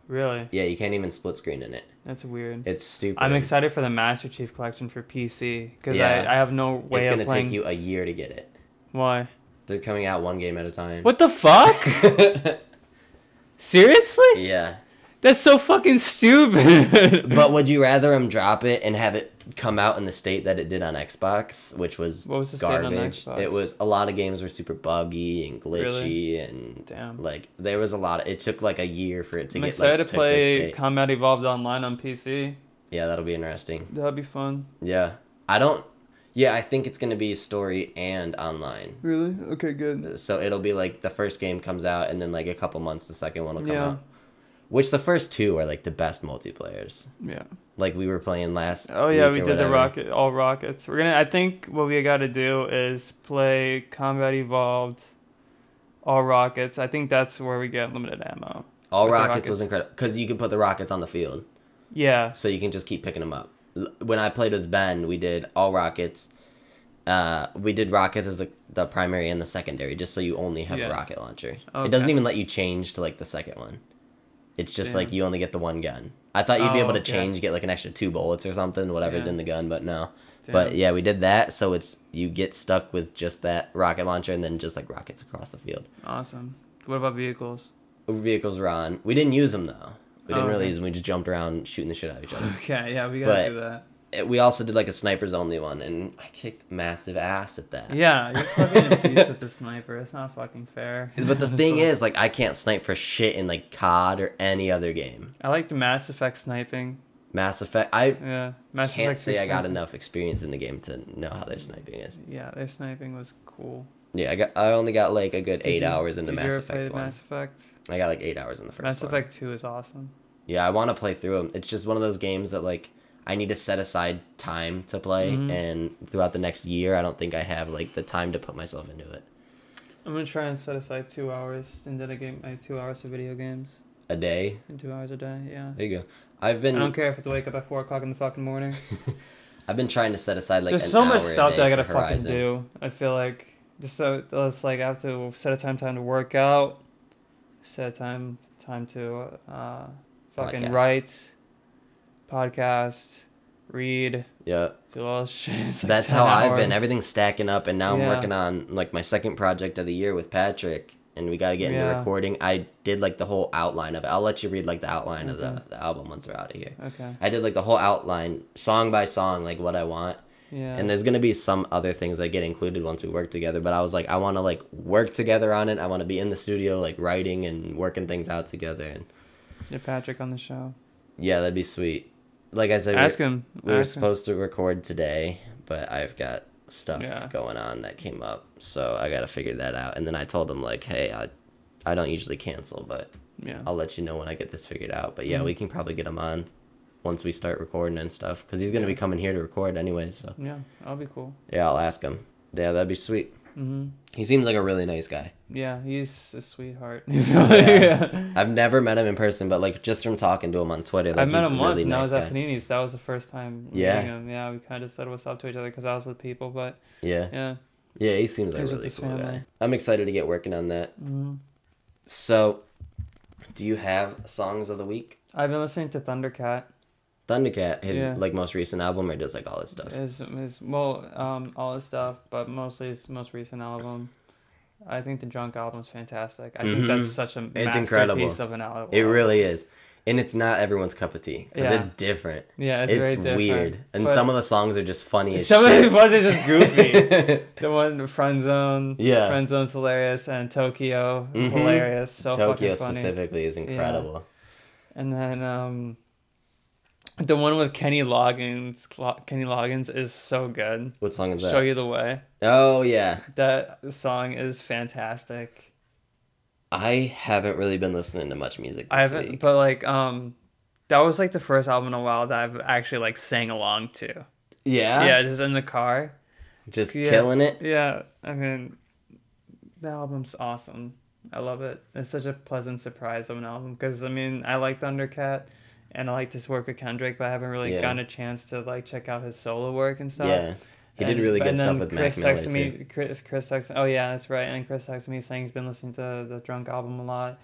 S1: really,
S2: Yeah, you can't even split screen in it.
S1: that's weird.
S2: It's stupid.
S1: I'm excited for the Master Chief Collection for PC because
S2: Yeah.
S1: I, I have no way
S2: It's
S1: of
S2: gonna
S1: playing.
S2: take you a year to get it.
S1: Why?
S2: They're coming out one game at a time.
S1: What the fuck? Seriously?
S2: yeah,
S1: That's so fucking stupid.
S2: but would you rather them drop it and have it come out in the state that it did on Xbox, which was,
S1: What was the state on
S2: garbage?
S1: Xbox?
S2: It was a lot of games were super buggy and glitchy
S1: Really?
S2: and
S1: Damn.
S2: like there was a lot. Of, it took like a year for it to
S1: I'm
S2: get.
S1: excited
S2: like,
S1: to
S2: a good
S1: play
S2: state.
S1: Combat Evolved Online on PC.
S2: Yeah, that'll be interesting.
S1: That'd be fun.
S2: Yeah. I don't Yeah, I think it's going to be story and online.
S1: Really? Okay, good.
S2: So it'll be like the first game comes out and then like a couple months the second one will come
S1: Yeah.
S2: out. Which the first two are like the best multiplayers.
S1: Yeah.
S2: Like we were playing last
S1: Oh yeah,
S2: week
S1: we
S2: or
S1: did the
S2: whatever.
S1: rocket, all rockets. We're gonna. I think what we got to do is play Combat Evolved, all rockets. I think that's where we get limited ammo.
S2: All
S1: with the
S2: rockets,
S1: rockets.
S2: was incredible cuz you could put the rockets on the field.
S1: Yeah.
S2: So you can just keep picking them up. L- When I played with Ben, we did all rockets. Uh, we did rockets as the, the primary and the secondary, just so you only have
S1: Yeah.
S2: a rocket launcher. It
S1: Okay.
S2: doesn't even let you change to like the second one. It's just like
S1: Damn.
S2: you only get the one gun. I thought you'd be
S1: Oh,
S2: able to
S1: okay.
S2: change, get like an extra two bullets or something, whatever's
S1: Yeah.
S2: in the gun, but no. But
S1: Damn.
S2: yeah, we did that, so it's you get stuck with just that rocket launcher and then just like rockets across the field.
S1: Awesome. What about vehicles?
S2: Vehicles were on. We didn't use them though. We didn't
S1: Oh,
S2: really
S1: okay.
S2: use them. We just jumped around shooting the shit out of each other.
S1: Okay. Yeah, we
S2: gotta But- do
S1: that.
S2: it- we also did like a snipers only one, and I kicked massive ass at that.
S1: Yeah, you're fucking abused with the sniper. It's not fucking fair.
S2: But the thing is, like, I can't snipe for shit in like COD or any other game.
S1: I liked Mass Effect sniping.
S2: Mass Effect, I
S1: Yeah, Mass
S2: can't say I got
S1: sniping.
S2: enough experience in the game to know how their sniping is.
S1: Yeah, their sniping was cool.
S2: Yeah, I got I only got like a good
S1: Did
S2: eight
S1: you-
S2: hours into
S1: did you
S2: Mass
S1: ever play
S2: Effect
S1: the
S2: one.
S1: Mass Effect.
S2: I got like eight hours in the first
S1: Mass
S2: one.
S1: Effect Two is awesome.
S2: Yeah, I want to play through them. It's just one of those games that like I need to set aside time to play,
S1: Mhm.
S2: and throughout the next year, I don't think I have like the time to put myself into it
S1: I'm gonna try and set aside two hours and dedicate my two hours to video games
S2: a day.
S1: and two hours a day. Yeah.
S2: There you go. I've
S1: I
S2: been
S1: don't care if I have to wake up at four o'clock in the fucking morning.
S2: I've been trying to set aside like
S1: There's
S2: an
S1: so much
S2: hour a
S1: stuff
S2: day
S1: that I
S2: for
S1: gotta fucking
S2: Horizon.
S1: do. I feel like just so it's like I have to set a time time to work out, set a time time to uh, fucking
S2: Podcast.
S1: write, podcast, read,
S2: Yeah,
S1: do all this shit. It's like
S2: that's
S1: 10
S2: how I've been.
S1: hours.
S2: Everything's stacking up, and now I'm
S1: Yeah.
S2: working on like my second project of the year with Patrick, and we got to get into
S1: Yeah.
S2: recording. I did like the whole outline of it. I'll let you read like the outline of the,
S1: Okay.
S2: the album once we're out of here.
S1: Okay.
S2: I did like the whole outline, song by song, like what I want.
S1: Yeah.
S2: And there's gonna be some other things that get included once we work together. But I was like, I want to like work together on it. I want to be in the studio, like writing and working things out together. And
S1: Get Patrick on the show.
S2: yeah, that'd be sweet. Like I said, we-
S1: Ask him.
S2: We were
S1: ask him.
S2: supposed to record today, but I've got stuff
S1: Yeah.
S2: going on that came up, so I gotta figure that out. And then I told him like, hey, I, I don't usually cancel, but
S1: Yeah. Mm-hmm.
S2: I'll let you know when I get this figured out. But yeah, we can probably get him on once we start recording and stuff because he's gonna be coming here to record anyway. So
S1: Yeah, that'll be cool.
S2: yeah, I'll ask him. Yeah, that'd be sweet.
S1: hmm
S2: He seems like a really nice guy.
S1: Yeah, he's a sweetheart.
S2: Yeah. I've never met him in person, but like just from talking to him on Twitter, like
S1: I met
S2: he's
S1: him
S2: a
S1: once,
S2: really
S1: and I
S2: nice
S1: was
S2: guy.
S1: at Panini's. That was the first time
S2: Yeah.
S1: meeting him. Yeah, we kind of said what's up to each other because I was with people, but
S2: yeah,
S1: yeah.
S2: yeah, he seems like
S1: He's
S2: a
S1: with
S2: really
S1: his
S2: cool
S1: family.
S2: guy. I'm excited to get working on that.
S1: hmm
S2: So, do you have songs of the week?
S1: I've been listening to Thundercat.
S2: Thundercat, his
S1: Yeah.
S2: like most recent album, or just like all his stuff.
S1: His, his well, um, all his stuff, but mostly his most recent album. I think the Drunk album's fantastic. I think that's
S2: Mhm.
S1: such a masterpiece
S2: incredible.
S1: of an album.
S2: It really is, and it's not everyone's cup of tea because
S1: Yeah.
S2: it's different.
S1: yeah, it's, very
S2: It's,
S1: different.
S2: weird, and
S1: But
S2: some of the songs are just funny as
S1: some of
S2: shit.
S1: his ones are just goofy. the one the friend zone,
S2: Yeah.
S1: friend zone's hilarious, and Tokyo
S2: Mhm.
S1: hilarious, so
S2: Tokyo
S1: fucking funny.
S2: specifically is incredible.
S1: And then um, the one with Kenny Loggins, Lo- Kenny Loggins is so good.
S2: What song is that?
S1: Show you the way.
S2: oh yeah,
S1: That song is fantastic.
S2: I haven't really been listening to much music. This
S1: I haven't,
S2: Week.
S1: but like, um, that was like the first album in a while that I've actually like sang along to.
S2: Yeah,
S1: yeah, just in the car.
S2: just
S1: yeah.
S2: killing it.
S1: Yeah, I mean, the album's awesome. I love it. It's such a pleasant surprise of an album because I mean, I like Thundercat and I like this work with Kendrick, but I haven't really
S2: Yeah.
S1: gotten a chance to like check out his solo work and stuff.
S2: yeah, he did
S1: And-
S2: really
S1: but-
S2: good
S1: and
S2: stuff
S1: then
S2: with Mac
S1: Chris
S2: Miller
S1: texted
S2: too.
S1: me. Chris, Chris texted. Oh yeah, that's right. And Chris texted me saying he's been listening to the Drunk album a lot.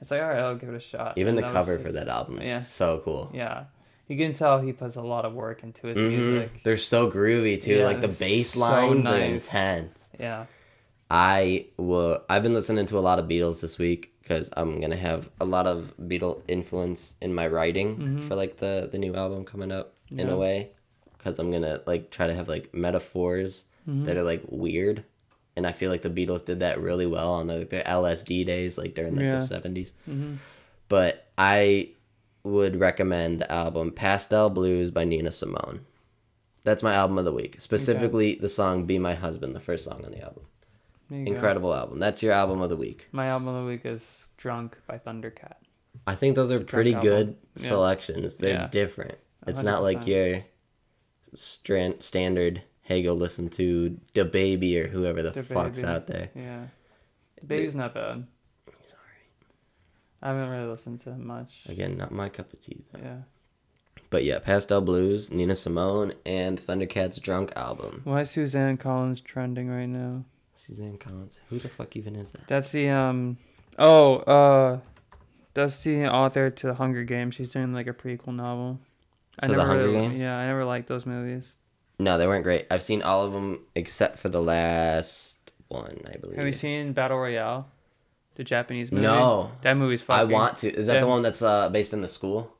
S1: It's like all right, I'll give it a shot.
S2: Even
S1: And
S2: the
S1: that was
S2: cover
S1: like-
S2: for that album is
S1: Yeah.
S2: so cool.
S1: Yeah, you can tell he puts a lot of work into his
S2: Mhm.
S1: music.
S2: They're so groovy too.
S1: Yeah,
S2: like the
S1: it's
S2: bass
S1: so
S2: lines are
S1: nice.
S2: intense.
S1: Yeah,
S2: I will. I've been listening to a lot of Beatles this week because I'm gonna have a lot of Beatle influence in my writing for like the the new album coming up in
S1: Mm-hmm. Yeah.
S2: a way. Because I'm gonna like try to have like metaphors
S1: Mm-hmm.
S2: that are like weird, and I feel like the Beatles did that really well on like the LSD days, like during like
S1: Yeah. Mm-hmm.
S2: the '70s. But I would recommend the album Pastel Blues by Nina Simone. That's my album of the week. Specifically, the song Be My Husband, the first song on the album.
S1: There you go.
S2: Incredible album. That's your album of the week.
S1: My album of the week is "Drunk" by Thundercat.
S2: I think those are pretty
S1: album.
S2: good
S1: Yeah.
S2: selections. They're
S1: Yeah.
S2: different. It's not like
S1: 100%.
S2: your stran- standard hey go listen to the baby or whoever the fuck's
S1: DaBaby.
S2: out there.
S1: Yeah, Baby's not bad.
S2: He's alright.
S1: I haven't really listened to him much.
S2: Again, not my cup of tea though.
S1: Yeah.
S2: But yeah, Pastel Blues, Nina Simone, and Thundercat's Drunk album.
S1: Why is Suzanne Collins trending right now?
S2: Suzanne Collins. Who the fuck even is that?
S1: That's the um oh uh that's the author to the Hunger Games. She's doing like a prequel novel.
S2: So The Hunger
S1: really-
S2: Games?
S1: Yeah, I never liked those movies.
S2: No, they weren't great. I've seen all of them except for the last one, I believe.
S1: Have you seen Battle Royale? The Japanese movie?
S2: No.
S1: That movie's
S2: I
S1: fucking
S2: want to. Is that
S1: Yeah.
S2: the one that's uh, based in the school?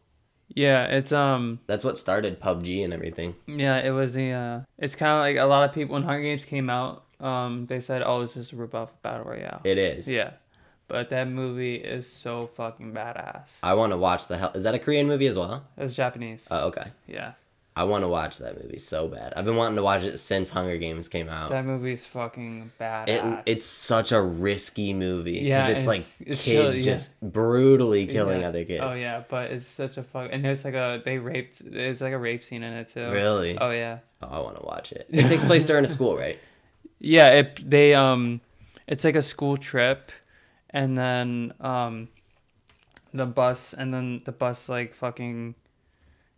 S1: Yeah, it's um
S2: That's what started PUBG and everything.
S1: yeah, it was the uh it's kinda like a lot of people when Hunger Games came out, um they said, Oh, it's just a ripoff of Battle Royale.
S2: It is.
S1: Yeah. But that movie is so fucking badass.
S2: I want to watch the hell. Is that a Korean movie as well?
S1: It's Japanese.
S2: Oh, okay.
S1: yeah.
S2: I want to watch that movie so bad. I've been wanting to watch it since Hunger Games came out.
S1: That movie's fucking badass.
S2: oh. it, it's such a risky movie. 'cause
S1: Yeah, it's-
S2: it's, like
S1: it's
S2: kids
S1: really- yeah.
S2: just brutally killing
S1: Yeah.
S2: other kids.
S1: Oh yeah, but it's such a fuck. And there's like a they raped. It's like a rape scene in it too.
S2: Really?
S1: Oh yeah.
S2: Oh, I want to watch it. It takes place during a school, right?
S1: Yeah. It they um, it's like a school trip, and then um, the bus and then the bus like fucking,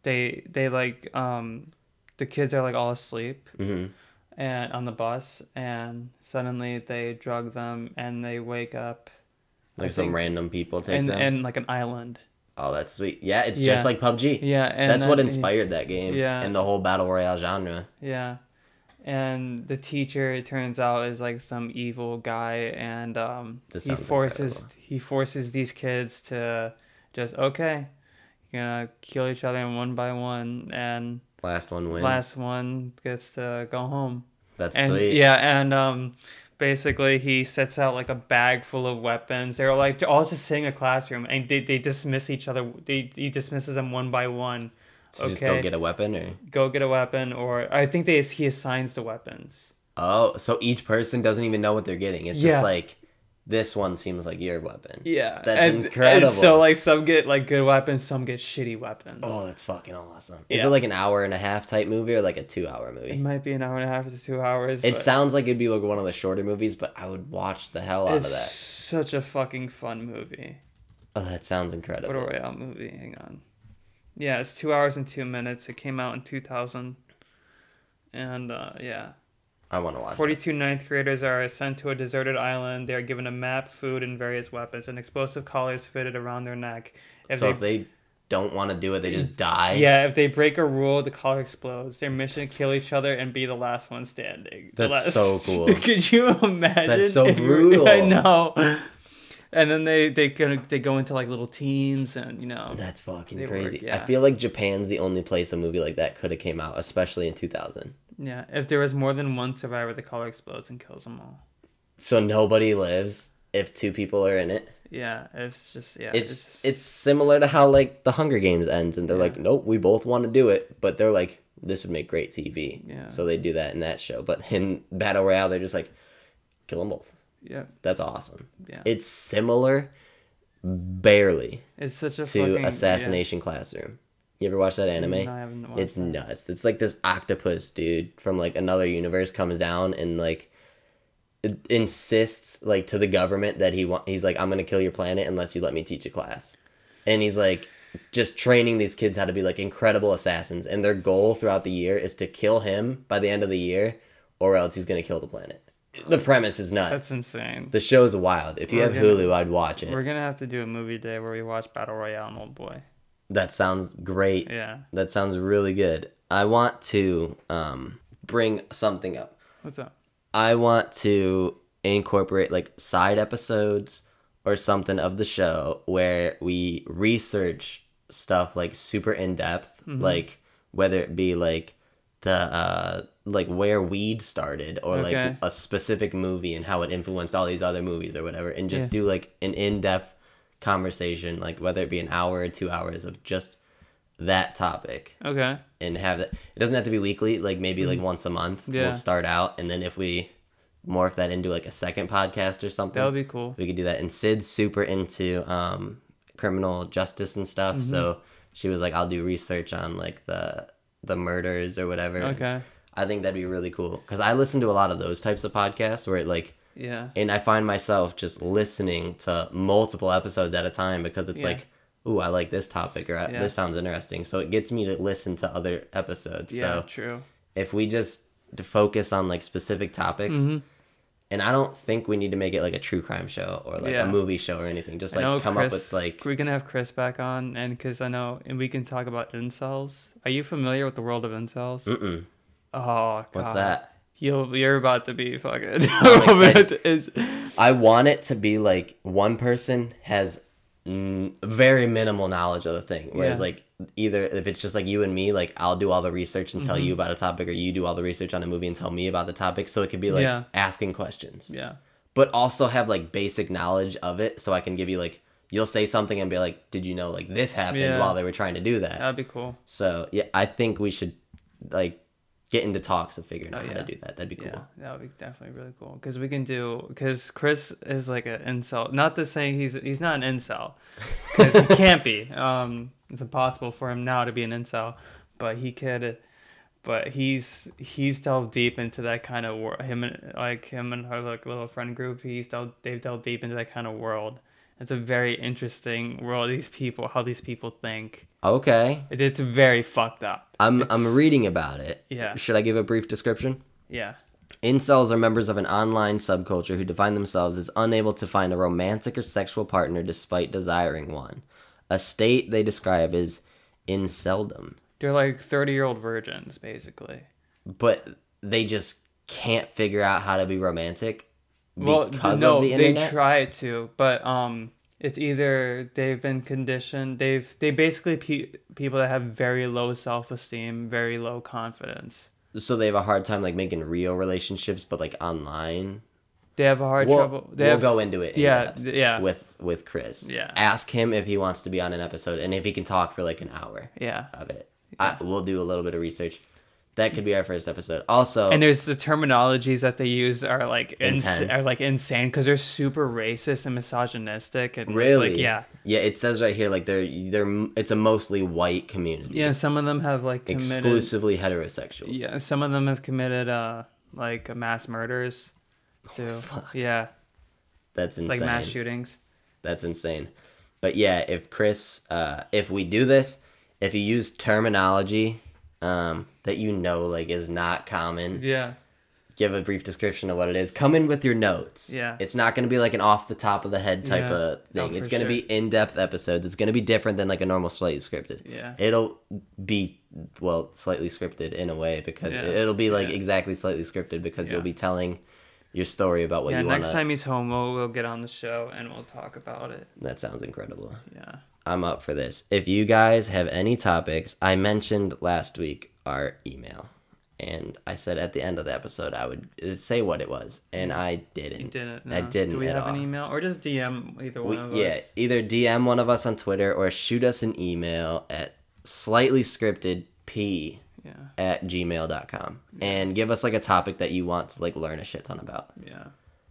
S1: they they like um, the kids are like all asleep
S2: hmm
S1: and on the bus and suddenly they drug them and they wake up. I
S2: Like some
S1: think-
S2: random people take
S1: and,
S2: them.
S1: and like an island.
S2: oh, that's sweet. Yeah, it's
S1: Yeah.
S2: just like PUBG.
S1: Yeah, and
S2: that's what
S1: then-
S2: inspired that game
S1: Yeah.
S2: and the whole battle royale genre.
S1: Yeah. And the teacher, it turns out, is like some evil guy, and um,
S2: This
S1: he
S2: sounds
S1: forces
S2: incredible.
S1: he forces these kids to just okay, you're gonna kill each other one by one, and
S2: Last one wins.
S1: last one gets to go home.
S2: that's
S1: and
S2: sweet.
S1: yeah, and um, basically he sets out like a bag full of weapons. They're like all just sitting in a classroom, and they, they dismiss each other. They he dismisses them one by one.
S2: So Just go get a weapon or
S1: go get a weapon, or I think they he assigns the weapons.
S2: Oh, so each person doesn't even know what they're getting. It's
S1: Yeah.
S2: just like this one seems like your weapon.
S1: Yeah,
S2: That's
S1: and-
S2: incredible.
S1: And so like some get like good weapons, some get shitty weapons.
S2: Oh, that's fucking awesome. Is
S1: Yeah.
S2: it like an hour and a half type movie or like a two hour
S1: It
S2: movie?
S1: might be an hour and a half to two hours.
S2: It
S1: but
S2: sounds like it'd be like one of the shorter movies, but I would watch the hell out
S1: it's
S2: of that.
S1: such a fucking fun movie.
S2: Oh, that sounds
S1: What a
S2: incredible.
S1: Royale movie. Hang on. Yeah, it's two hours and two minutes. It came out in 2000. And uh, yeah.
S2: I want to watch.
S1: 42 ninth graders are sent to a deserted island. They are given a map, food, and various weapons, and explosive collars fitted around their neck.
S2: it. So if they don't want to do it, they just die.
S1: yeah, if they break a rule, the collar explodes. Their mission: kill each other and be the last one standing. The last-
S2: That's so cool.
S1: Could you imagine?
S2: That's so
S1: if you-
S2: brutal.
S1: I know. And then they they go they go into like little teams, and you know.
S2: That's fucking
S1: They work,
S2: crazy. I
S1: yeah.
S2: feel like Japan's the only place a movie like that could have came out, especially in 2000.
S1: Yeah, if there is more than one survivor, the collar explodes and kills them all.
S2: So nobody lives if two people are in it.
S1: Yeah, it's just yeah.
S2: It's it's similar to how like the Hunger Games ends and they're like, "Nope, we both want to do it," but they're like, "This would make great TV."
S1: Yeah.
S2: So they do that in that show, but in Battle Royale they're just like kill them both.
S1: yeah,
S2: That's awesome.
S1: yeah.
S2: It's similar barely
S1: it's such a
S2: to
S1: fucking,
S2: Assassination Classroom. You ever watch that anime?
S1: Yeah. No, I haven't watched
S2: It's
S1: that.
S2: nuts. It's like this octopus dude from like another universe comes down and like it- insists like to the government that he want he's like I'm going to kill your planet unless you let me teach a class. And he's like just training these kids how to be like incredible assassins and their goal throughout the year is to kill him by the end of the year or else he's going to kill the planet. The premise is nuts.
S1: that's insane.
S2: the show's wild. If you have
S1: We're gonna-
S2: Hulu, I'd watch it.
S1: We're gonna have to do a movie day where we watch Battle Royale and Old Boy.
S2: That sounds great.
S1: Yeah,
S2: That sounds really good. I want to um, bring something up.
S1: what's up?
S2: I want to incorporate like side episodes or something of the show where we research stuff like super in depth, like whether it be like the uh like where weed started or like
S1: Okay.
S2: a specific movie and how it influenced all these other movies or whatever and just do like an in-depth conversation like whether it be an hour or 2 hours of just that topic
S1: Okay,
S2: and have it. It doesn't have to be weekly. Like maybe like once a month,
S1: Mm. Yeah.
S2: we'll start out, and then if we morph that into like a second podcast or something,
S1: that would be cool.
S2: we could do that. And Sid's super into um, criminal justice and stuff,
S1: Mm-hmm.
S2: so she was like, "I'll do research on like the the murders or whatever."
S1: Okay,
S2: I think that'd be really cool because I listen to a lot of those types of podcasts where it like.
S1: yeah,
S2: And I find myself just listening to multiple episodes at a time because it's
S1: Yeah.
S2: like, ooh, I like this topic or I
S1: Yeah.
S2: this sounds interesting. So it gets me to listen to other episodes.
S1: yeah,
S2: So
S1: true.
S2: if we just d- focus on like specific topics,
S1: Mm-hmm.
S2: and I don't think we need to make it like a true crime show or like
S1: Yeah.
S2: a movie show or anything. Just
S1: I
S2: like
S1: know
S2: come
S1: Chris,
S2: up with like,
S1: we can have Chris back on, and because I know, and we can talk about incels. Are you familiar with the world of incels?
S2: mm-mm,
S1: Oh, God.
S2: what's that? Oh,
S1: You'll, you're about to be fucking.
S2: excited.
S1: It's-
S2: I want it to be like one person has n- very minimal knowledge of the thing. Whereas,
S1: Yeah.
S2: like, either if it's just like you and me, like, I'll do all the research and tell you
S1: Mm-hmm.
S2: about a topic, or you do all the research on a movie and tell me about the topic. So it could be like
S1: Yeah.
S2: asking questions,
S1: yeah,
S2: but also have like basic knowledge of it. So I can give you like, you'll say something and be like, did you know like this happened
S1: Yeah.
S2: while they were trying to do that?
S1: that'd be cool.
S2: So yeah, I think we should like get into talks of figuring out how
S1: Oh, yeah.
S2: to do that. That'd be cool.
S1: Yeah, that would be definitely really cool because we can do because Chris is like an incel. Not to say he's he's not an incel because he can't be. Um, it's impossible for him now to be an incel, but he could. But he's he's delved deep into that kind of world. Him and like him and her like little friend group. He's delved they've delved deep into that kind of world. It's a very interesting world. These people, how these people think.
S2: Okay.
S1: It, it's very fucked up.
S2: I'm I'm reading about it.
S1: Yeah.
S2: Should I give a brief description?
S1: Yeah.
S2: Incels are members of an online subculture who define themselves as unable to find a romantic or sexual partner despite desiring one. A state they describe as inceldom.
S1: They're like thirty year old virgins, basically.
S2: But they just can't figure out how to be romantic
S1: well,
S2: because
S1: no,
S2: of the internet.
S1: they try to, but um, it's either they've been conditioned. They've they basically pe- people that have very low self esteem, very low confidence.
S2: so they have a hard time like making real relationships but like online.
S1: They have a hard
S2: We'll,
S1: trouble. They
S2: we'll
S1: have,
S2: go into it. in
S1: yeah,
S2: depth
S1: th- yeah.
S2: With with Chris.
S1: Yeah.
S2: Ask him if he wants to be on an episode and if he can talk for like an hour.
S1: Yeah,
S2: of it. I, we'll do a little bit of research. That could be our first episode. Also,
S1: And there's the terminologies that they use are like ins-
S2: Intense.
S1: are like insane because they're super racist and misogynistic and it's
S2: really,
S1: like yeah
S2: yeah. It says right here like they're they're it's a mostly white community,
S1: yeah some of them have like committed
S2: exclusively heterosexuals.
S1: yeah some of them have committed uh like mass murders too yeah
S2: that's Oh,
S1: like
S2: insane.
S1: mass shootings
S2: That's insane. But yeah, if Chris, uh, if we do this, if you use terminology um, that you know like is not common,
S1: yeah
S2: give a brief description of what it is. Come in with your notes.
S1: Yeah.
S2: it's not going to be like an off the top of the head type
S1: Yeah.
S2: of
S1: No,
S2: thing. it's
S1: for
S2: going to
S1: sure.
S2: be in depth episodes. It's going to be different than like a normal slightly scripted.
S1: Yeah.
S2: it'll be well slightly scripted in a way because
S1: Yeah.
S2: it'll be like
S1: Yeah.
S2: exactly slightly scripted because
S1: Yeah.
S2: you'll be telling your story about what
S1: yeah
S2: you want.
S1: next
S2: to
S1: time he's homo we'll get on the show and we'll talk about it
S2: That sounds incredible.
S1: yeah
S2: I'm up for this. If you guys have any topics, I mentioned last week our email. And I said at the end of the episode I would it'd say what it was, and I didn't.
S1: Mm. you didn't
S2: I
S1: no.
S2: didn't
S1: do we
S2: at
S1: have
S2: all.
S1: an email or just DM either one
S2: We,
S1: of
S2: yeah,
S1: us
S2: either DM one of us on Twitter or shoot us an email at slightly scripted p
S1: yeah
S2: at gmail.com and give us like a topic that you want to like learn a shit ton about
S1: yeah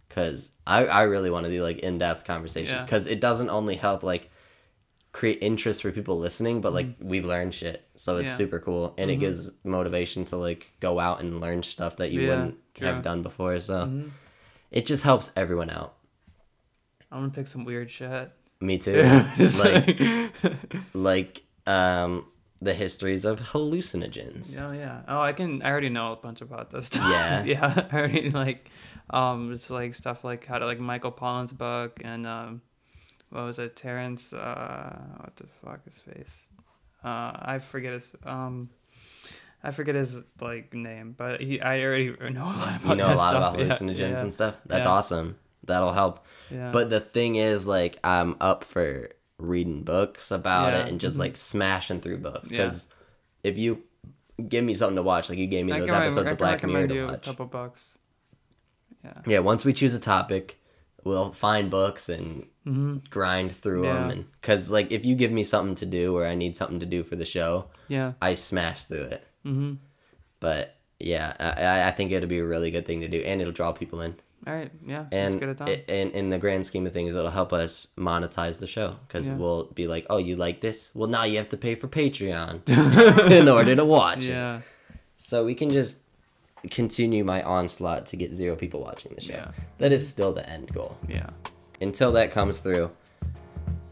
S2: because I, I really want to do like in-depth conversations
S1: Yeah.
S2: because it doesn't only help like create interest for people listening but like we learn shit so it's
S1: Mm. Yeah. Mm-hmm.
S2: super cool and it gives motivation to like go out and learn stuff that you
S1: Yeah,
S2: wouldn't have
S1: true. Mm-hmm.
S2: done before so it just helps everyone out
S1: I'm gonna pick some weird shit
S2: me too
S1: Just
S2: like
S1: like-
S2: like um the histories of hallucinogens
S1: Oh yeah. Oh, I can. I already know a bunch about this stuff.
S2: Yeah.
S1: yeah. I already like, um, it's like stuff like how to like Michael Pollan's book and um, what was it? Terrence. Uh, what the fuck his face? Uh, I forget his um, I forget his like name, but he. I already know a lot about.
S2: you know a
S1: that
S2: lot
S1: stuff.
S2: about
S1: Yeah,
S2: hallucinogens
S1: yeah,
S2: and stuff that's
S1: Yeah.
S2: awesome that'll help
S1: Yeah.
S2: But the thing is, like, I'm up for reading books about
S1: Yeah. Mm-hmm.
S2: it and just like smashing through books.
S1: Yeah.
S2: Because if you give me something to watch, like you gave me
S1: I
S2: those
S1: can, re-
S2: episodes
S1: I
S2: of
S1: can
S2: Black Mirror
S1: recommend
S2: to
S1: you a
S2: watch.
S1: couple bucks. Yeah.
S2: Yeah, once we choose a topic, we'll find books and grind through them.
S1: Mm-hmm. Yeah.
S2: And because, like, if you give me something to do or I need something to do for the show,
S1: Yeah.
S2: I smash through it. Mm-hmm. But yeah, I- I, I think it'll be a really good thing to do, and it'll draw people in
S1: All right. Yeah.
S2: and
S1: Let's get it done.
S2: i- in in the grand scheme of things, it'll help us monetize the show because
S1: Yeah.
S2: we'll be like, oh, you like this? Well, now you have to pay for Patreon in order to watch it.
S1: yeah.
S2: So we can just continue my onslaught to get zero people watching the show.
S1: Yeah.
S2: That is still the end goal.
S1: Yeah.
S2: Until that comes through,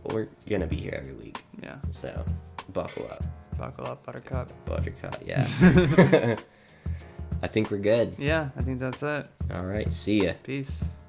S2: we're gonna be here every week.
S1: Yeah.
S2: So buckle up,
S1: Buckle up, Buttercup.
S2: buttercup. Yeah. I think we're good.
S1: Yeah. I think that's it.
S2: All right. See ya.
S1: Peace.